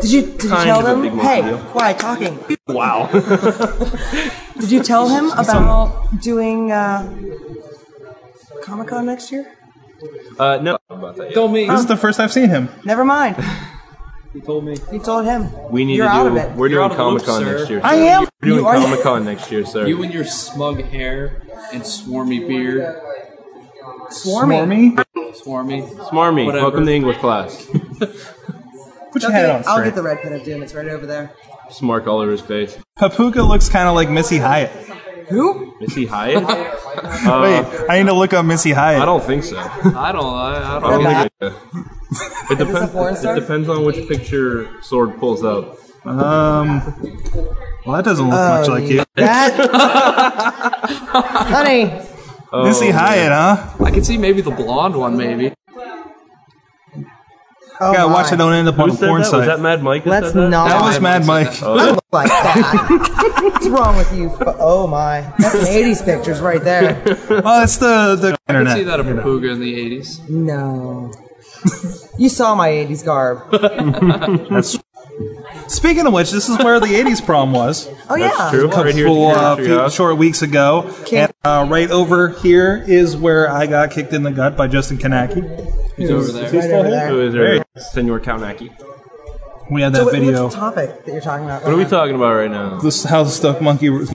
S8: Did you did you
S5: Kind
S8: tell
S5: of a big
S8: them?
S5: monkey
S8: Hey,
S5: deal.
S8: quiet talking.
S5: Wow.
S8: Did you tell him about doing uh, Comic Con next year?
S5: Uh, no. About that, yeah.
S6: Told me.
S1: This is the first I've seen him.
S8: Never mind.
S6: He told me.
S8: You told him.
S5: We need
S8: You're
S5: to do.
S8: out of it.
S5: We're
S6: You're out
S5: doing
S6: of the loop,
S5: Comic Con
S6: sir.
S5: next year.
S1: I
S5: sir.
S1: am.
S5: We're doing
S8: You are-
S5: Comic Con next year, sir.
S6: You and your smug hair and swarmy beard.
S8: Swarming.
S6: Swarmy.
S5: Smarmy,
S6: Whatever.
S5: welcome to English class.
S1: Put your
S8: Okay,
S1: hat on
S8: I'll
S1: straight.
S8: get the red pin of doom. It's right over there.
S5: Smark all over his face.
S1: Papuga looks kind of like Missy Hyatt.
S8: Who?
S5: Missy Hyatt?
S1: Wait,
S5: Uh,
S1: I need to look up Missy Hyatt.
S5: I don't think so. I
S6: I don't. I, I don't.
S5: don't
S8: Back.
S5: think it, it depends.
S8: porn
S5: It
S8: star?
S5: depends on which picture Sword pulls up.
S1: Um. Well, that doesn't look much like you.
S8: That. Honey.
S1: Missy Hyatt, huh?
S6: I can see maybe the blonde one. Maybe.
S8: Oh
S1: Gotta watch
S8: my.
S1: it. Don't end up on
S5: Who
S1: a
S5: said
S1: porn
S5: that? Was
S1: site.
S5: that Mad Mike? that
S8: Let's
S5: said that?
S8: not.
S1: That was Mad Mike.
S8: Don't look like that. What's wrong with you? Fu- Oh my. That's an 80s pictures right there.
S1: Well, Oh, it's the the
S6: I can see
S1: internet.
S6: that a Papuga in the '80s.
S8: No. You saw my 80s garb.
S1: Speaking of which, this is where the '80s prom was.
S8: Oh yeah.
S5: True.
S1: a couple
S5: Right here.
S1: uh,
S5: here,
S1: few, short weeks ago.
S8: Can't-
S1: And, uh, right over here is where I got kicked in the gut by Justin Kanacki.
S6: He's over there.
S8: Right over there.
S5: Who is there? Senor Kaunaki.
S1: We had that
S8: So what-
S1: video.
S8: what's the topic that you're talking about?
S5: What are we talking about right now?
S1: This how the Stuck Monkey were.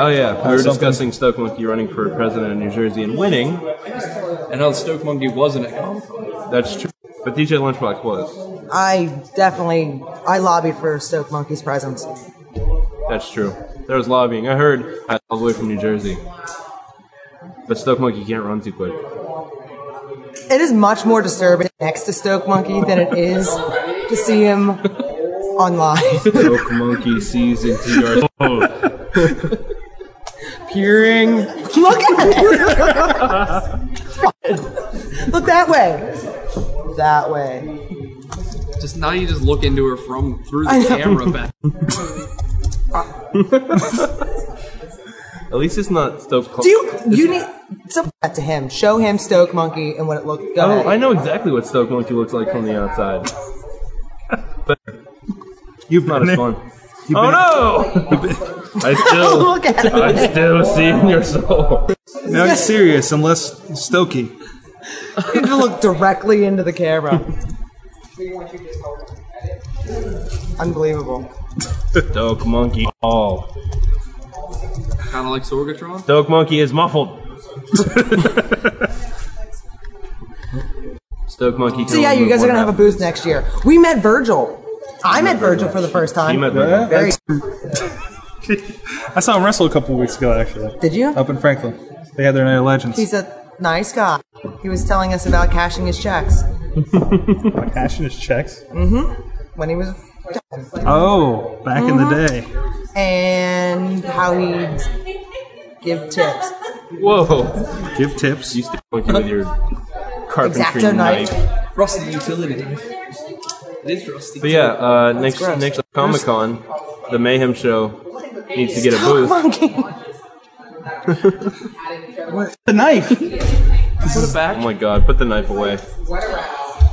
S5: Oh
S1: Uh,
S5: yeah, we were
S1: something.
S5: discussing Stoke Monkey running for president of New Jersey and winning.
S6: And how Stoke Monkey wasn't at Comic Con.
S5: That's true. But DJ Lunchbox was.
S8: I definitely I lobbied for Stoke Monkey's presence.
S5: That's true. There was lobbying. I heard uh, all the way from New Jersey. But Stoke Monkey can't run too quick.
S8: It is much more disturbing next to Stoke Monkey than it is to see him online.
S5: Stoke Monkey sees into your soul.
S8: Peering. Look at it. Look that way. That way.
S6: Just now, you just look into her from through
S8: I
S6: the
S8: know.
S6: camera back.
S5: At least it's not Stoke.
S8: Do you you need some that to him? Show him Stoke Monkey and what it looked. Go
S5: Oh,
S8: ahead.
S5: I know exactly what Stoke Monkey looks like from the outside.
S1: You've
S5: Not
S1: been
S5: as
S1: there.
S5: fun. Oh no! I still,
S8: Look at it.
S5: I still see in your soul. Oh
S1: Now I'm serious, unless Stokey.
S8: You need to look directly into the camera. Unbelievable.
S5: Stoke Monkey. Oh.
S6: Kind of like Sorgatron.
S5: Stoke Monkey is muffled. Stoke Monkey. can
S8: So yeah,
S5: only
S8: you
S5: move
S8: guys are
S5: one
S8: gonna have a
S5: half.
S8: booth next year. We met Virgil. I met Virgil for the first
S5: You met that.
S8: time. Very.
S1: I saw him wrestle a couple weeks ago, actually,
S8: Did you?
S1: up in Franklin. They had their night of legends.
S8: He's a nice guy. He was telling us about cashing his checks
S1: Like cashing his checks.
S8: when he was
S1: Oh, back in
S8: Uh-huh.
S1: the day.
S8: and how he'd give tips.
S5: Whoa!
S1: Give tips.
S5: You Stoke Monkey with your carpentry
S8: Exacto
S5: knife.
S8: knife.
S6: Rusty utility. It is rusty.
S5: But yeah, uh, next next Comic Con, the Mayhem Show needs to get a
S8: Stoke
S5: booth.
S8: monkey.
S1: The knife.
S6: Put it
S5: Oh
S6: back.
S5: my God! Put the knife away.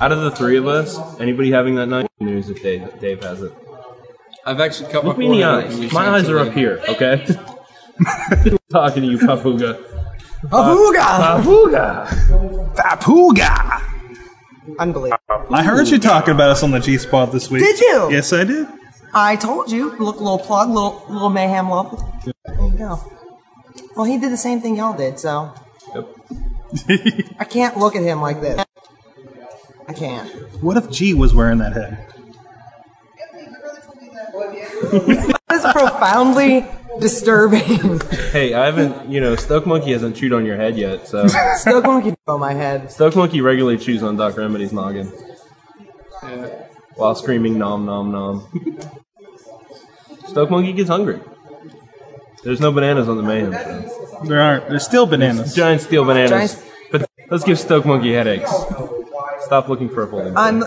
S5: Out of the three of us, anybody having that knife? News if Dave, Dave has it.
S6: I've actually cut my
S5: Look me in the
S6: forehead and
S5: eyes.
S6: we've
S5: My
S6: seen
S5: eyes are up
S6: something.
S5: here. Okay. Talking to you, Papuga.
S8: Ahooga.
S5: Papuga.
S1: Papuga.
S8: Unbelievable.
S1: I heard you talking about us on the G Spot this week.
S8: Did you?
S1: Yes, I did.
S8: I told you. Look, little plug, little little mayhem love. There you go. Well, he did the same thing y'all did, so. I can't look at him like this. I can't.
S1: What if G was wearing that head?
S8: That is profoundly disturbing.
S5: Hey, I haven't, you know, Stoke Monkey hasn't chewed on your head yet, so.
S8: Still monkey on my head.
S5: Stoke Monkey regularly chews on Doc Remedy's noggin while screaming nom nom nom. Stoke Monkey gets hungry. There's no bananas on the mayhem show.
S1: There aren't. There's still bananas.
S5: Giant steel bananas.
S8: Giant-
S5: But let's give Stoke Monkey headaches. Stop looking for a folding.
S8: I'm.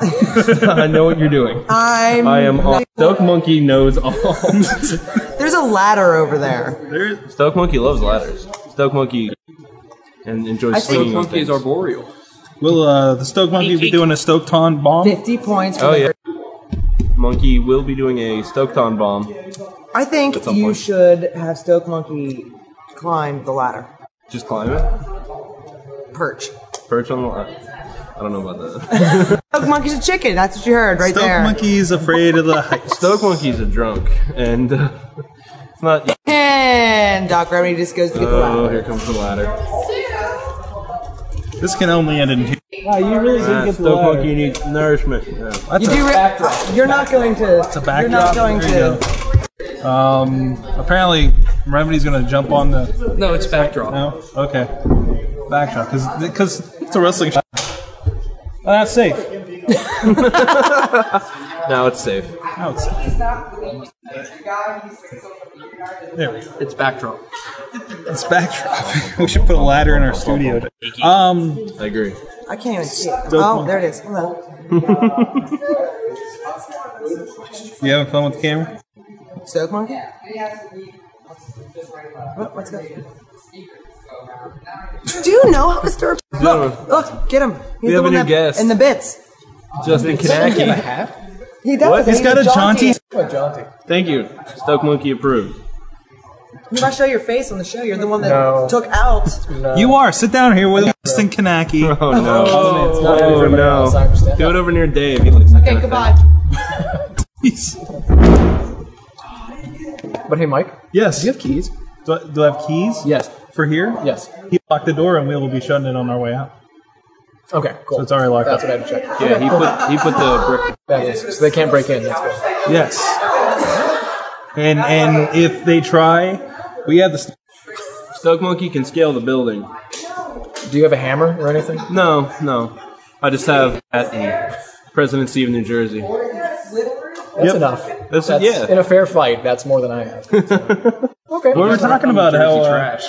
S5: I know what you're doing.
S8: I'm.
S5: I am all. Stoke Monkey knows all.
S8: There's a ladder over there.
S5: Stoke Monkey loves ladders. Stoke Monkey and enjoys
S6: Stoke
S5: swinging on
S6: Monkey is
S5: things.
S6: arboreal.
S1: Will uh, the Stoke Monkey be doing a Stoketon bomb?
S8: Fifty points. For
S5: Oh
S8: the-
S5: yeah. Monkey will be doing a Stoketon bomb.
S8: I think
S5: some
S8: you
S5: point.
S8: should have Stoke Monkey climb the ladder.
S5: Just climb it.
S8: Perch.
S5: Perch on the ladder. I don't know about that.
S8: Stoke Monkey's a chicken. That's what you heard right
S1: Stoke
S8: there.
S1: Monkey's afraid of the heights.
S5: Stoke Monkey's a drunk, and uh, it's not.
S8: And Doc Remedy just goes to get the
S5: Oh,
S8: ladder.
S5: here comes the ladder.
S1: This can only end in two.
S5: You really did get Stoke Monkey needs nourishment. Yeah.
S8: You do re- you're not going to.
S1: It's a backdrop.
S8: You're not going
S1: There you
S8: to.
S1: go. Um, apparently, Remedy's going to jump on the.
S6: No, it's backdrop.
S1: No? Okay. Backdrop. Because it's a wrestling show. That's safe.
S5: Now it's safe.
S1: Now it's safe. There we go.
S6: It's backdrop.
S1: It's backdrop. we should put a ladder in our studio. to- Um,
S5: I agree.
S8: I can't even see it.
S1: Stoke
S8: Oh,
S1: Monkey.
S8: there it is. Hello.
S1: you having fun with the camera?
S8: Stoke Monkey. What, what's going? Do you know how disturbed? Look, look, get him. He's
S5: We
S8: the
S5: have a
S8: one
S5: new
S8: that-
S5: guest.
S8: In the bits.
S5: Justin Kanacki.
S6: hat?
S8: He does.
S5: What?
S1: He's got a jaunty.
S5: Thank you. Stoke Monkey approved.
S8: If I show your face on the show, you're the one that took out.
S1: You are. Sit down here with Justin Kanacki.
S5: Oh no.
S1: Oh,
S5: Oh no. Do it over near Dave. He looks like
S8: Okay, goodbye.
S1: He's-
S6: But hey, Mike,
S1: Yes.
S6: do you have keys?
S1: Do I, do I have keys?
S6: Yes.
S1: For here?
S6: Yes.
S1: He locked the door and we will be shutting it on our way out.
S6: Okay, cool.
S1: So it's already locked
S6: That's
S1: up.
S6: what I had to check.
S5: Yeah, he put he put the brick.
S6: That is, so they can't break in. That's good.
S1: Yes. And and if they try, we have the.
S5: Stoke Monkey can scale the building.
S6: Do you have a hammer or anything?
S5: No, no. I just have at the presidency of New Jersey.
S6: That's enough.
S5: This is
S6: That's,
S5: yeah.
S6: In a fair fight, that's more than I have. okay.
S1: We were talking about how uh,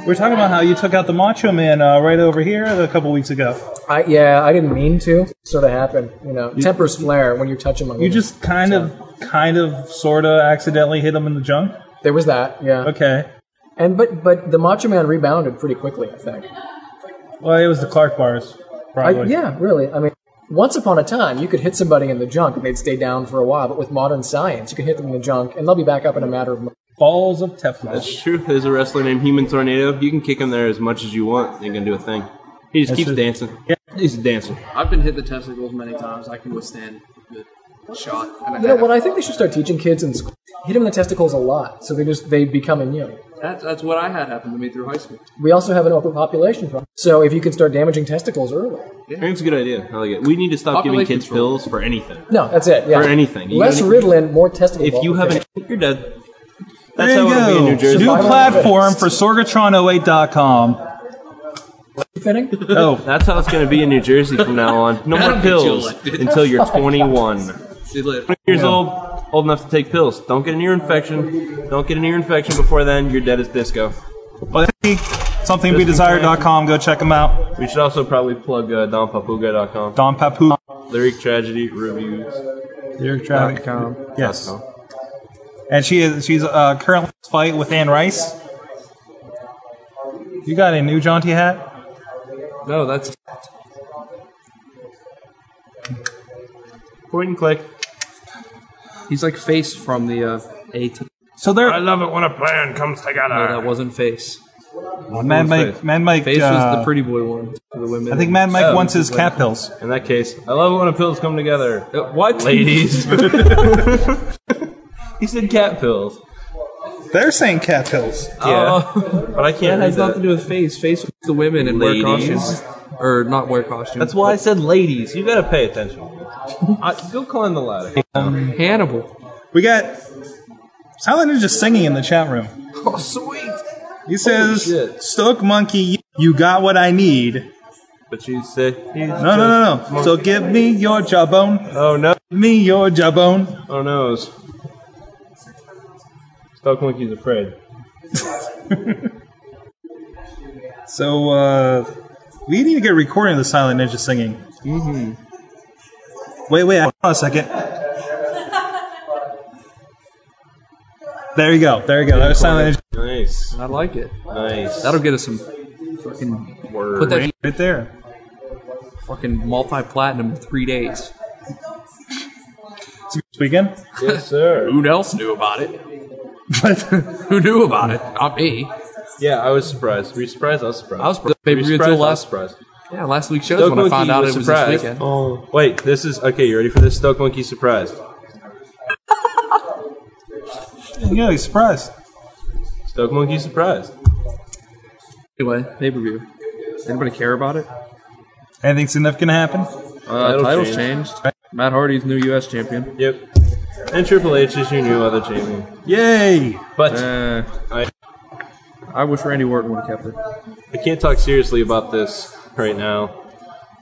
S1: we were talking about how you took out the Macho Man uh, right over here a couple weeks ago.
S6: I, yeah, I didn't mean to. Sort of happened. You know, tempers flare when you're touching my.
S1: You just kind of, kind of, sort of, accidentally hit him in the junk.
S6: There was that. Yeah.
S1: Okay.
S6: And but but the Macho Man rebounded pretty quickly. I think.
S1: Well, it was the Clark bars,
S6: I,
S1: probably.
S6: yeah, really. I mean, once upon a time, you could hit somebody in the junk and they'd stay down for a while. But with modern science, you can hit them in the junk and they'll be back up in a matter of. mo-
S1: Balls of Teflon.
S5: That's true. There's a wrestler named Human Tornado. You can kick him there as much as you want. He can do a thing. He just keeps
S1: just-
S5: dancing. He's dancing.
S10: I've been hit the testicles many times. I can withstand the shot. And I
S6: You know what? I think they should start teaching kids in school. Hit them in the testicles a lot, so they just they become immune.
S10: That's, that's what I had happen to me through high school.
S6: We also have an overpopulation problem, so if you can start damaging testicles early,
S5: I think it's a good idea. I like it. We need to stop giving
S10: Population
S5: kids
S10: control.
S5: pills for anything.
S6: no, that's it. Yeah.
S5: For anything. You
S6: less
S5: don't-
S6: Ritalin, more testicle.
S5: If you
S6: bulk.
S5: haven't, you're dead.
S1: There
S5: That's how
S1: you
S5: it'll
S1: go.
S5: be in New Jersey.
S1: New platform for Sorgatron08.com.
S6: fitting,
S1: Oh,
S5: That's how it's going to be in New Jersey from now on. No more
S10: That'll get you
S5: pills
S10: elected.
S5: until you're 21.
S10: See you later.
S5: 20 years old, old enough to take pills. Don't get an ear infection. Don't get an ear infection before then. You're dead as disco.
S1: well, somethingwedesire.com. Go check them out.
S5: We should also probably plug uh, DonPapuga.com.
S1: Don Papu.
S5: Lyric Tragedy Reviews.
S1: Lyric Traffic. Yes. And she is she's uh, currently in a fight with Anne Rice. You got a new jaunty hat?
S5: No, that's. Point and click.
S10: He's like face from the uh, A. T-
S1: So
S10: I
S1: there,
S10: love it when a plan comes together. No, that wasn't face.
S1: Mad Mike. Mad Mike.
S6: Face was
S1: uh,
S6: the pretty boy one for the women.
S1: I think Mad Mike wants his cat
S6: pill.
S1: pills.
S5: In that case, I love it when the pills come together.
S6: Uh, what?
S5: Ladies. he said cat pills.
S1: They're saying cat pills.
S5: Yeah. but I can't.
S6: That Oh. has
S5: do that.
S6: nothing to do with face. Face was the women and wear
S5: Ladies.
S6: costumes or not wear costumes.
S5: That's why I said ladies. You gotta pay attention. I, go climb the ladder.
S6: Hannibal.
S1: We got Silent Ninja singing in the chat room.
S6: Oh, sweet.
S1: He says, "Stoke Monkey, you got what I need."
S5: But you say
S1: No, no, no, no. So give me your jawbone.
S5: Oh no!
S1: Give me your jawbone.
S5: Oh no! Stock monkey's afraid.
S1: So uh, we need to get a recording of the Silent Ninja singing. Mm-hmm. Wait, wait, hold on a second. There you go. There you go. That was Silent Ninja
S5: Nice,
S6: I like it.
S5: nice.
S6: That'll get us some fucking Put that shit
S1: right there.
S6: fucking multi platinum in three days.
S1: This weekend.
S5: yes, sir.
S6: Who else knew about it?
S1: But
S6: Who knew about it? Not me.
S5: Yeah, I was surprised. Were you surprised? I was surprised.
S6: I was surprised.
S5: Were you
S6: Pay per view
S5: surprised?
S6: until
S5: I was
S6: last-
S5: surprised.
S6: Yeah, last week's shows
S5: Stoke
S6: when I
S5: Monkey
S6: found out it
S5: was
S6: was this
S5: surprised.
S6: weekend.
S5: Oh, wait. This is okay. You ready for this? Stoke monkey surprised.
S1: yeah, he's surprised.
S5: Stoke monkey surprised.
S6: Anyway, pay per view. Anybody care about it?
S1: Anything significant happen?
S6: Uh,
S5: Title
S6: titles
S5: changed.
S6: changed. Matt Hardy's new U.S. champion.
S5: Yep. And Triple H is your new other champion.
S1: Yay!
S5: But
S6: Uh,
S5: I-
S6: I wish Randy Orton would have kept it.
S5: I can't talk seriously about this right now.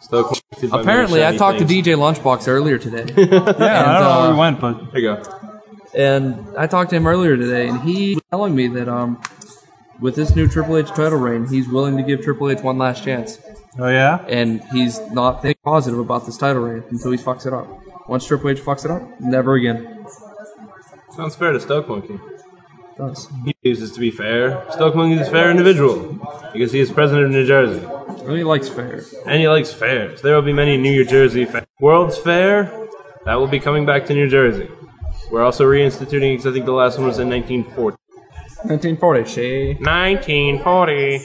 S5: Stoke monkey did my
S6: Apparently, I
S5: many shiny
S6: talked
S5: things.
S6: to DJ Lunchbox earlier today,
S1: Yeah, I
S6: And,
S1: don't know where
S6: uh,
S1: we went, but
S5: There you go.
S6: and I talked to him earlier today, and he was telling me that um, with this new Triple H title reign, he's willing to give Triple H one last chance,
S1: oh yeah,
S6: and he's not think positive about this title reign until he fucks it up. Once Triple H fucks it up, never again.
S5: Sounds fair to Stoke Monkey.
S6: Does.
S5: He uses to be fair. Stoke Monkey is a fair individual because he is president of New Jersey.
S6: Really likes fair.
S5: And he likes fairs. There will be many New Jersey fa- World's Fair. That will be coming back to New Jersey. We're also reinstituting because I think the last one was in 1940.
S6: 1940, she.
S5: 1940.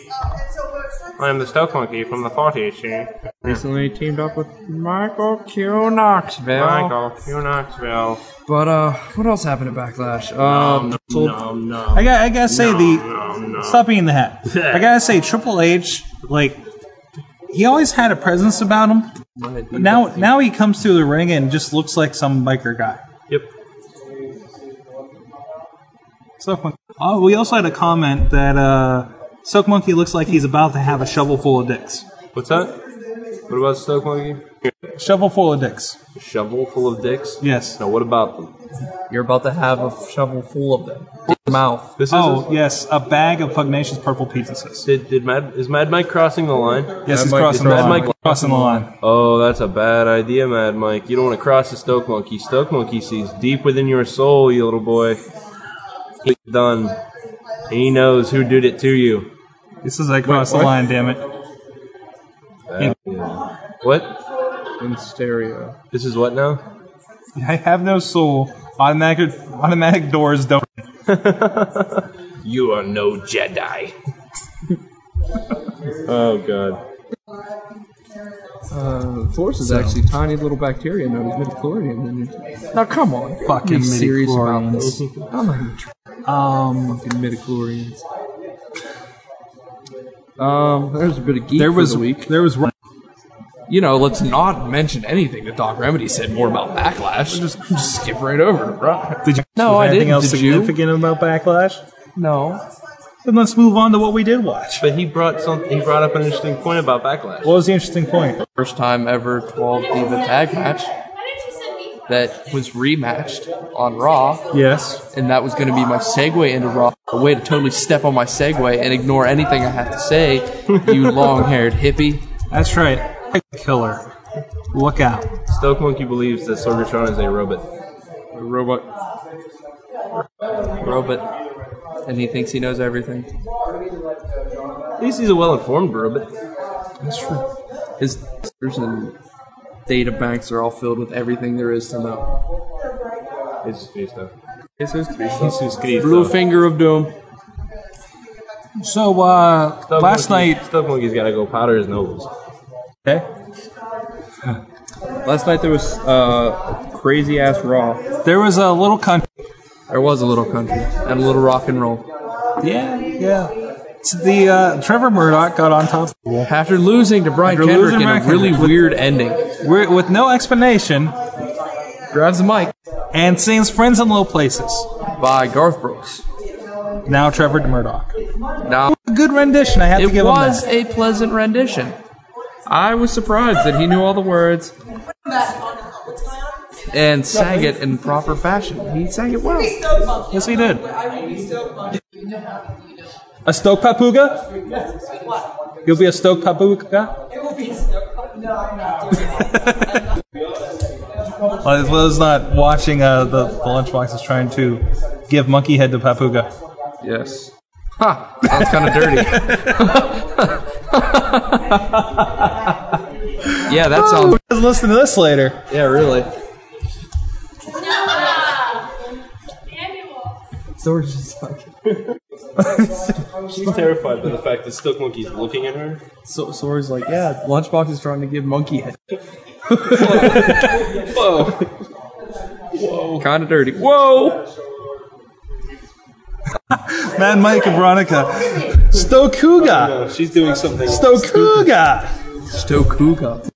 S5: I am the Stoke Monkey from the 40s, she.
S6: Recently teamed up with Michael Q Knoxville.
S5: Michael, you Knoxville.
S6: But uh, what else happened at Backlash? Um, so-
S5: No, no.
S1: I got I gotta say the
S5: No, no.
S1: stop eating the hat. I gotta say Triple H, like he always had a presence about him. But now now he comes through the ring and just looks like some biker guy.
S5: Yep.
S1: So fun. oh, we also had a comment that uh, Silk Monkey looks like he's about to have a shovel full of dicks.
S5: What's that? What about Stoke Monkey?
S1: Shovel full of dicks.
S5: A shovel full of dicks?
S1: Yes.
S5: Now, what about them?
S6: You're about to have a shovel full of them. Mouth.
S5: This is
S1: Oh yes, a bag of pugnacious purple penises.
S5: Did, did Mad is Mad Mike crossing the line?
S1: Yes, he's
S6: Mike-
S1: crossing the
S5: Mad
S1: line.
S5: Mike-
S1: crossing the line.
S5: Oh, that's a bad idea, Mad Mike. You don't want to cross the Stoke Monkey. Stoke Monkey sees deep within your soul, you little boy. He's done. He knows who did it to you.
S1: This is I cross the line. Damn it.
S5: What?
S6: In stereo.
S5: This is what now?
S1: I have no soul. Automatic automatic doors don't.
S5: You are no Jedi. oh God.
S6: Uh, Force is actually tiny little bacteria known as midichlorian. in it. Now come on, you
S1: Fucking
S6: be serious about
S1: midichlorians.
S6: this. I'm not even trying
S1: Um,
S6: fucking midichlorians. Um, there's a bit of geek
S1: there
S6: for
S1: was
S6: the week.
S1: there was
S6: You know, let's not mention anything that Doc Remedy said more about Backlash. Just, just skip right over it, bro.
S1: Did you
S6: No,
S1: was
S6: I
S1: anything
S6: didn't.
S1: else
S6: Did you?
S1: significant about Backlash?
S6: No,
S1: Then let's move on to what we did watch.
S5: But he brought something. He brought up an interesting point about backlash.
S1: What was the interesting point?
S6: first time ever 12 diva tag match
S9: Why
S6: that was rematched on Raw.
S1: Yes.
S6: and that was going to be my segue into Raw. A way to totally step on my segue and ignore anything I have to say, you long haired hippie.
S1: That's right. Killer. Look out.
S5: Stoke Monkey believes that Sorgatron is a robot.
S6: Robot. Robot. And he thinks he knows everything.
S5: At least he's a well-informed robot.
S6: That's true. His servers and data banks are all filled with everything there is to know.
S5: It's Cristo.
S6: Jesus Christ.
S5: Jesus Cristo.
S6: Blue Finger of Doom.
S1: So uh, last night,
S5: Stuff Monkey's got to go powder his nose.
S1: Okay.
S5: Last night there was uh, crazy ass Raw.
S1: There was a little country.
S6: There was a little country and a little rock and roll.
S1: Yeah, yeah. It's the uh, Trevor Murdoch got on top
S6: after losing to Brian Kendrick in a really weird ending,
S1: with, with no explanation.
S6: Grabs the mic
S1: and sings "Friends in Low Places"
S6: by Garth Brooks.
S1: Now Trevor Murdoch.
S6: Now
S1: A good rendition. I have to
S6: it
S1: give him that.
S6: was a pleasant rendition. I was surprised that he knew all the words and sang it in proper fashion. He sang it well.
S1: Yes, he did. A Stoke Papuga? You'll be a Stoke Papuga?
S11: It will be a snow. No, I'm not doing
S1: Well, as well as not watching uh, the, the Lunchbox is trying to give monkey head to Papuga.
S6: Yes. Ha! Sounds kind of dirty. yeah, that sounds.
S1: Let's listen to this later.
S6: Yeah, really. So we're just like.
S5: She's terrified by the fact that Stuck Monkey's looking at her.
S6: So Sora's like, yeah, Lunchbox is trying to give monkey head.
S5: Whoa.
S6: Whoa. Kind of dirty. Whoa.
S1: Mad Mike and Veronica. Stokuga!
S5: she's doing something.
S1: Stokuga!
S6: Stokuga.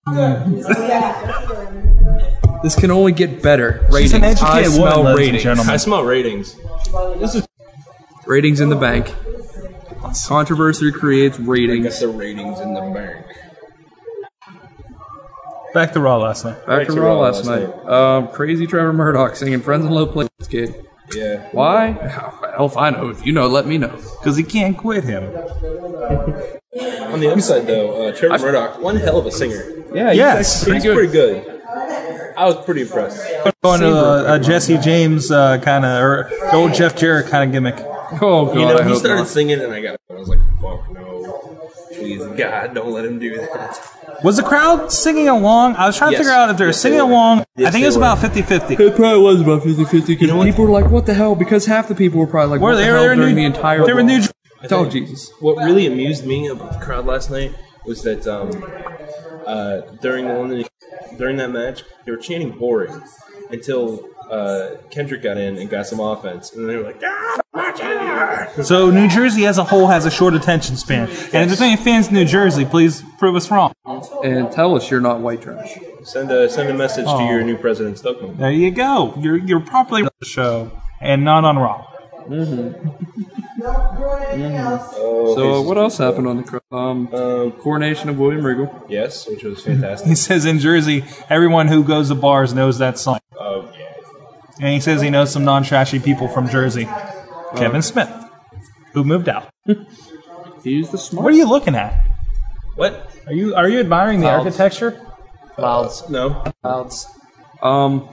S6: This can only get better. Ratings.
S1: She's an
S6: I
S1: educated woman,
S6: smell
S1: ladies and
S6: ratings.
S1: gentlemen.
S5: I smell ratings. This is
S6: Ratings in the bank. Controversy creates ratings.
S5: the ratings in the bank.
S1: Back to Raw last night.
S6: Back to Raw last night. Um, crazy Trevor Murdoch singing "Friends in Low Places." Kid,
S5: Yeah.
S6: why? Hell, if I know. If you know, let me know.
S1: Because he can't quit him.
S5: On the upside, though, uh, Trevor Murdoch, one hell of a singer.
S6: Yeah.
S1: Yes.
S5: He's pretty good. I was pretty impressed.
S1: Going to a, a Jesse James uh, kind of, or old Jeff Jarrett kind of gimmick.
S6: Oh god,
S5: You
S6: I
S5: know, he
S6: hope
S5: started
S6: not.
S5: singing, and I got. I was like, "Fuck no, please, God, don't let him do that."
S1: Was the crowd singing along? I was trying
S5: Yes.
S1: to figure out if they were
S5: Yes, they
S1: singing
S5: were.
S1: along.
S5: Yes,
S1: I think
S5: they
S1: it was
S5: were.
S1: about 50 50.
S6: It probably was about 50 50 because people were like, what the hell? Because half the people were probably like,
S1: Were
S6: what
S1: they-
S6: the
S1: they
S6: hell
S1: were new-
S6: during the entire
S1: they were new-
S6: Oh, Jesus.
S5: What really amused me about the crowd last night was that um, uh, during the London, during that match, they were chanting "boring" until uh, Kendrick got in and got some offense, and then they were like, "Ah, watch out!"
S1: So New Jersey as a whole has a short attention span. And if there's any fans in New Jersey, please prove us wrong.
S6: And tell us you're not white trash.
S5: Send a send a message to
S1: Oh.
S5: your new president, Stuckman.
S1: There you go. You're you're properly on the show and not on Raw.
S5: Oh,
S6: So, uh,
S5: he's-
S6: what else happened on the cro- um,
S5: Um,
S6: coronation of William Regal?
S5: yes, which was
S1: He
S5: fantastic.
S1: says in Jersey, everyone who goes to bars knows that song.
S5: Oh yeah.
S1: And he says he knows some non trashy people from Jersey.
S5: Oh.
S1: Kevin Smith, who moved out.
S6: He's the smart
S1: What are you looking at?
S5: What?
S1: Are you are you admiring the
S6: Clouds.
S1: architecture?
S6: clouds.
S5: No.
S6: Clouds. Um,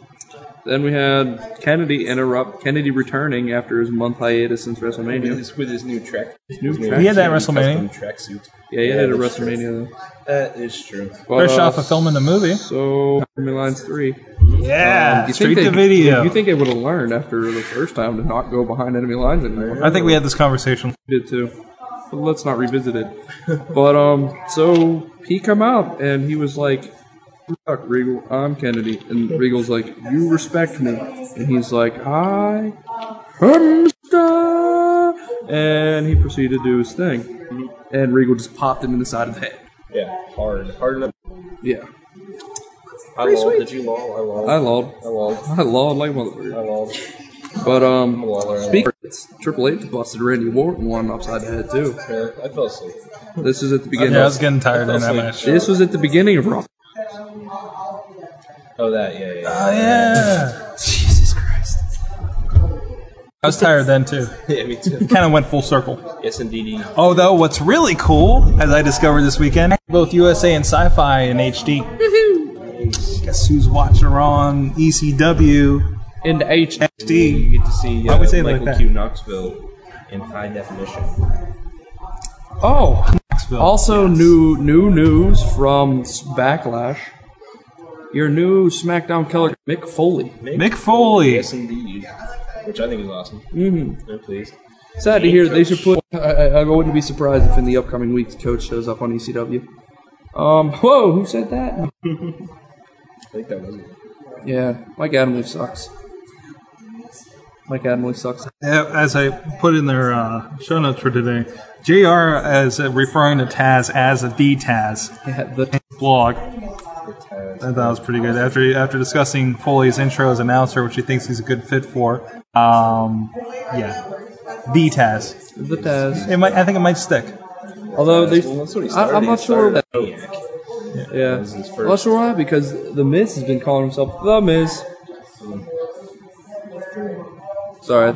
S6: then we had Kennedy interrupt, Kennedy returning after his month hiatus since
S5: With
S6: WrestleMania.
S5: his, with his new track. His
S6: new track.
S1: He had that
S5: custom
S1: WrestleMania.
S5: tracksuit.
S6: Yeah, he did a
S5: that's true.
S6: WrestleMania though.
S5: That is true.
S6: But,
S1: Fresh
S6: uh,
S1: off of filming the movie.
S6: So, Enemy Lines 3.
S1: Yeah.
S6: Um, you think
S1: straight
S6: they-
S1: to video.
S6: You think they would have learned after the first time to not go behind enemy lines anymore?
S1: I think we had this conversation.
S6: We did too. But let's not revisit it. but um, so he come out and he was like, "Fuck Regal, I'm Kennedy," and Regal's like, "You respect me," and he's like, "I am star," and he proceeded to do his thing, and Regal just popped him in the side of the head.
S5: Yeah, hard, hard enough.
S6: Yeah,
S5: I lol. Did you lol? I lol.
S6: I lolled,
S5: I lol.
S6: I lolled like a motherfucker.
S5: I lol.
S6: But um,
S5: Waller.
S6: speaking, of this, Triple H busted Randy Orton one upside the head too.
S5: Yeah, I fell asleep.
S6: This is at the beginning.
S1: Yeah, I
S6: Of,
S1: was getting tired in that match.
S6: this was at the beginning of Raw.
S5: Oh, that, yeah, yeah.
S1: Oh yeah. Jesus Christ. I was tired then too.
S5: yeah, me too.
S1: Kind of went full circle.
S5: yes, indeed.
S1: Although, what's really cool, as I discovered this weekend, both USA and Sci Fi in HD. Guess who's watching on E ECW
S6: In the H.
S1: HD?
S5: You get to see
S1: Why
S5: uh,
S1: would we say it like
S5: Michael
S1: that?
S5: Q. Knoxville in high definition.
S6: Oh,
S1: Knoxville.
S6: also new new news from S- Backlash. Your new SmackDown killer, Mick Foley.
S1: Mick Foley. Uh,
S5: Yes, indeed. Which I think is awesome.
S6: Mm-hmm.
S5: No, please.
S6: Sad to hear. They should put. I, I, I wouldn't be surprised if in the upcoming weeks, Coach shows up on ECW. Um. Whoa. Who said that?
S5: I think that was it.
S6: yeah. Mike Adamley sucks. Mike Adamley sucks.
S1: Yeah, As I put in their uh, show notes for today, JR as uh, referring to Taz as a the Taz
S6: the
S1: blog. I thought that was pretty good. After after discussing Foley's intro as announcer, which he thinks he's a good fit for, um, yeah, the Taz,
S6: the Taz.
S1: It might, I think it might stick.
S6: Although they,
S1: Well, that's what he
S6: I, am
S1: started. He
S6: not sure.
S1: started
S5: Oh,
S6: Yeah, I'm not sure why because the Miz has been calling himself the Miz. Sorry,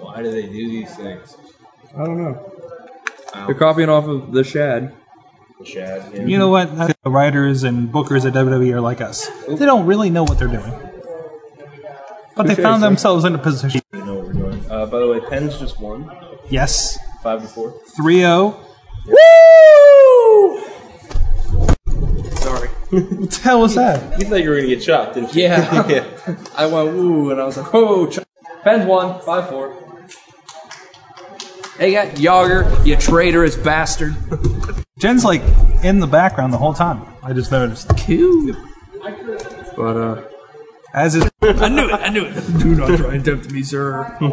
S5: Why do they do these things?
S6: I don't know. They're copying off of the Shad.
S5: Chad.
S1: You know what? The writers and bookers at WWE are like us. They don't really know what they're doing, but they found themselves in a position.
S5: I know what we're doing. Uh, by the way, Penn's just won.
S1: Yes,
S5: Five to four.
S1: 3-0.
S6: Sorry.
S1: What the hell was that?
S5: You thought you were gonna get chopped, didn't you?
S6: Yeah. I went woo, and I was like, whoa. Ch- Penn's won five four. Hey, got Yager, you traitorous bastard.
S1: Jen's like in the background the whole time. I just noticed.
S6: Cute. But uh,
S1: as is
S6: I knew it. I knew it. Do not try and tempt me, sir.
S5: Come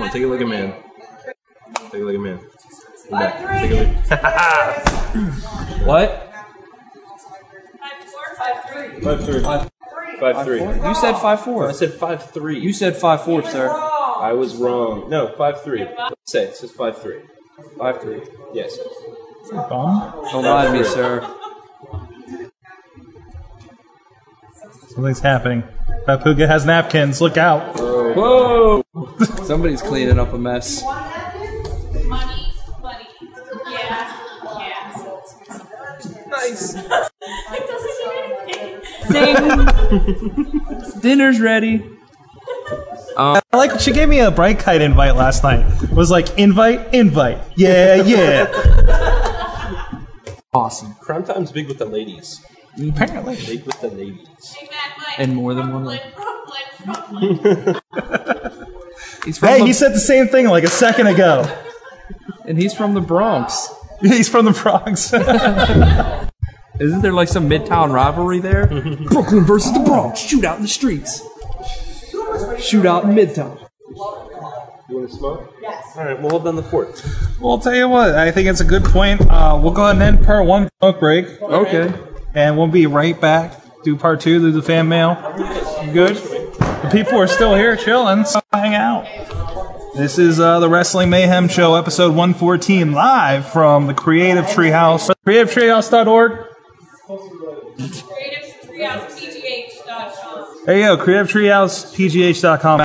S5: on, take it like a man. Take it like a man. Go back. Take it like-
S6: What?
S5: Five three. Five three.
S6: You said five four.
S5: I said five three.
S6: You said five four, sir.
S5: I was wrong. No, five three. Say it. It says five three.
S6: Five three.
S5: Yes.
S6: Don't lie to me, sir.
S1: Something's happening. Papuga has napkins. Look out.
S6: Whoa! Somebody's cleaning up a mess.
S11: Nice.
S6: Dinner's ready.
S1: I like she gave me a bright kite invite last night. It was like invite, invite. Yeah, yeah.
S6: Awesome.
S5: Crime time's big with the ladies.
S1: Apparently.
S5: Big with the ladies.
S6: And more than one leg. He's from
S1: hey,
S6: the,
S1: he said the same thing like a second ago.
S6: and he's from the Bronx.
S1: He's from the Bronx.
S6: Isn't there like some midtown rivalry there? Brooklyn versus the Bronx. Shoot out in the streets. Shoot out in midtown.
S5: You want to smoke? Yes. All right, we'll hold down the fort.
S1: well, I'll tell you what. I think it's a good point. Uh, we'll go ahead and end part one smoke break,
S6: Okay.
S1: and we'll be right back. Do part two through the fan mail. You Good. The people are still here chilling. So hang out. This is uh, the Wrestling Mayhem Show, episode 114, live from the Creative Treehouse. CreativeTreehouse.org. There you go, creativetreehousepgh.com.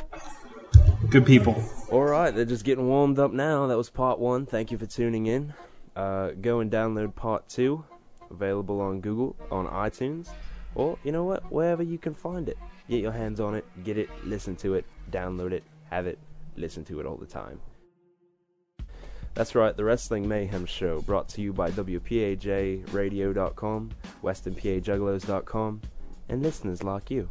S1: Good people.
S4: All right, they're just getting warmed up now. That was part one. Thank you for tuning in. Uh, go and download part two, available on Google, on iTunes, or you know what, wherever you can find it. Get your hands on it, get it, listen to it, download it, have it, listen to it all the time. That's right, the Wrestling Mayhem Show, brought to you by WPAJRadio.com, WesternPAJugglers.com, and listeners like you.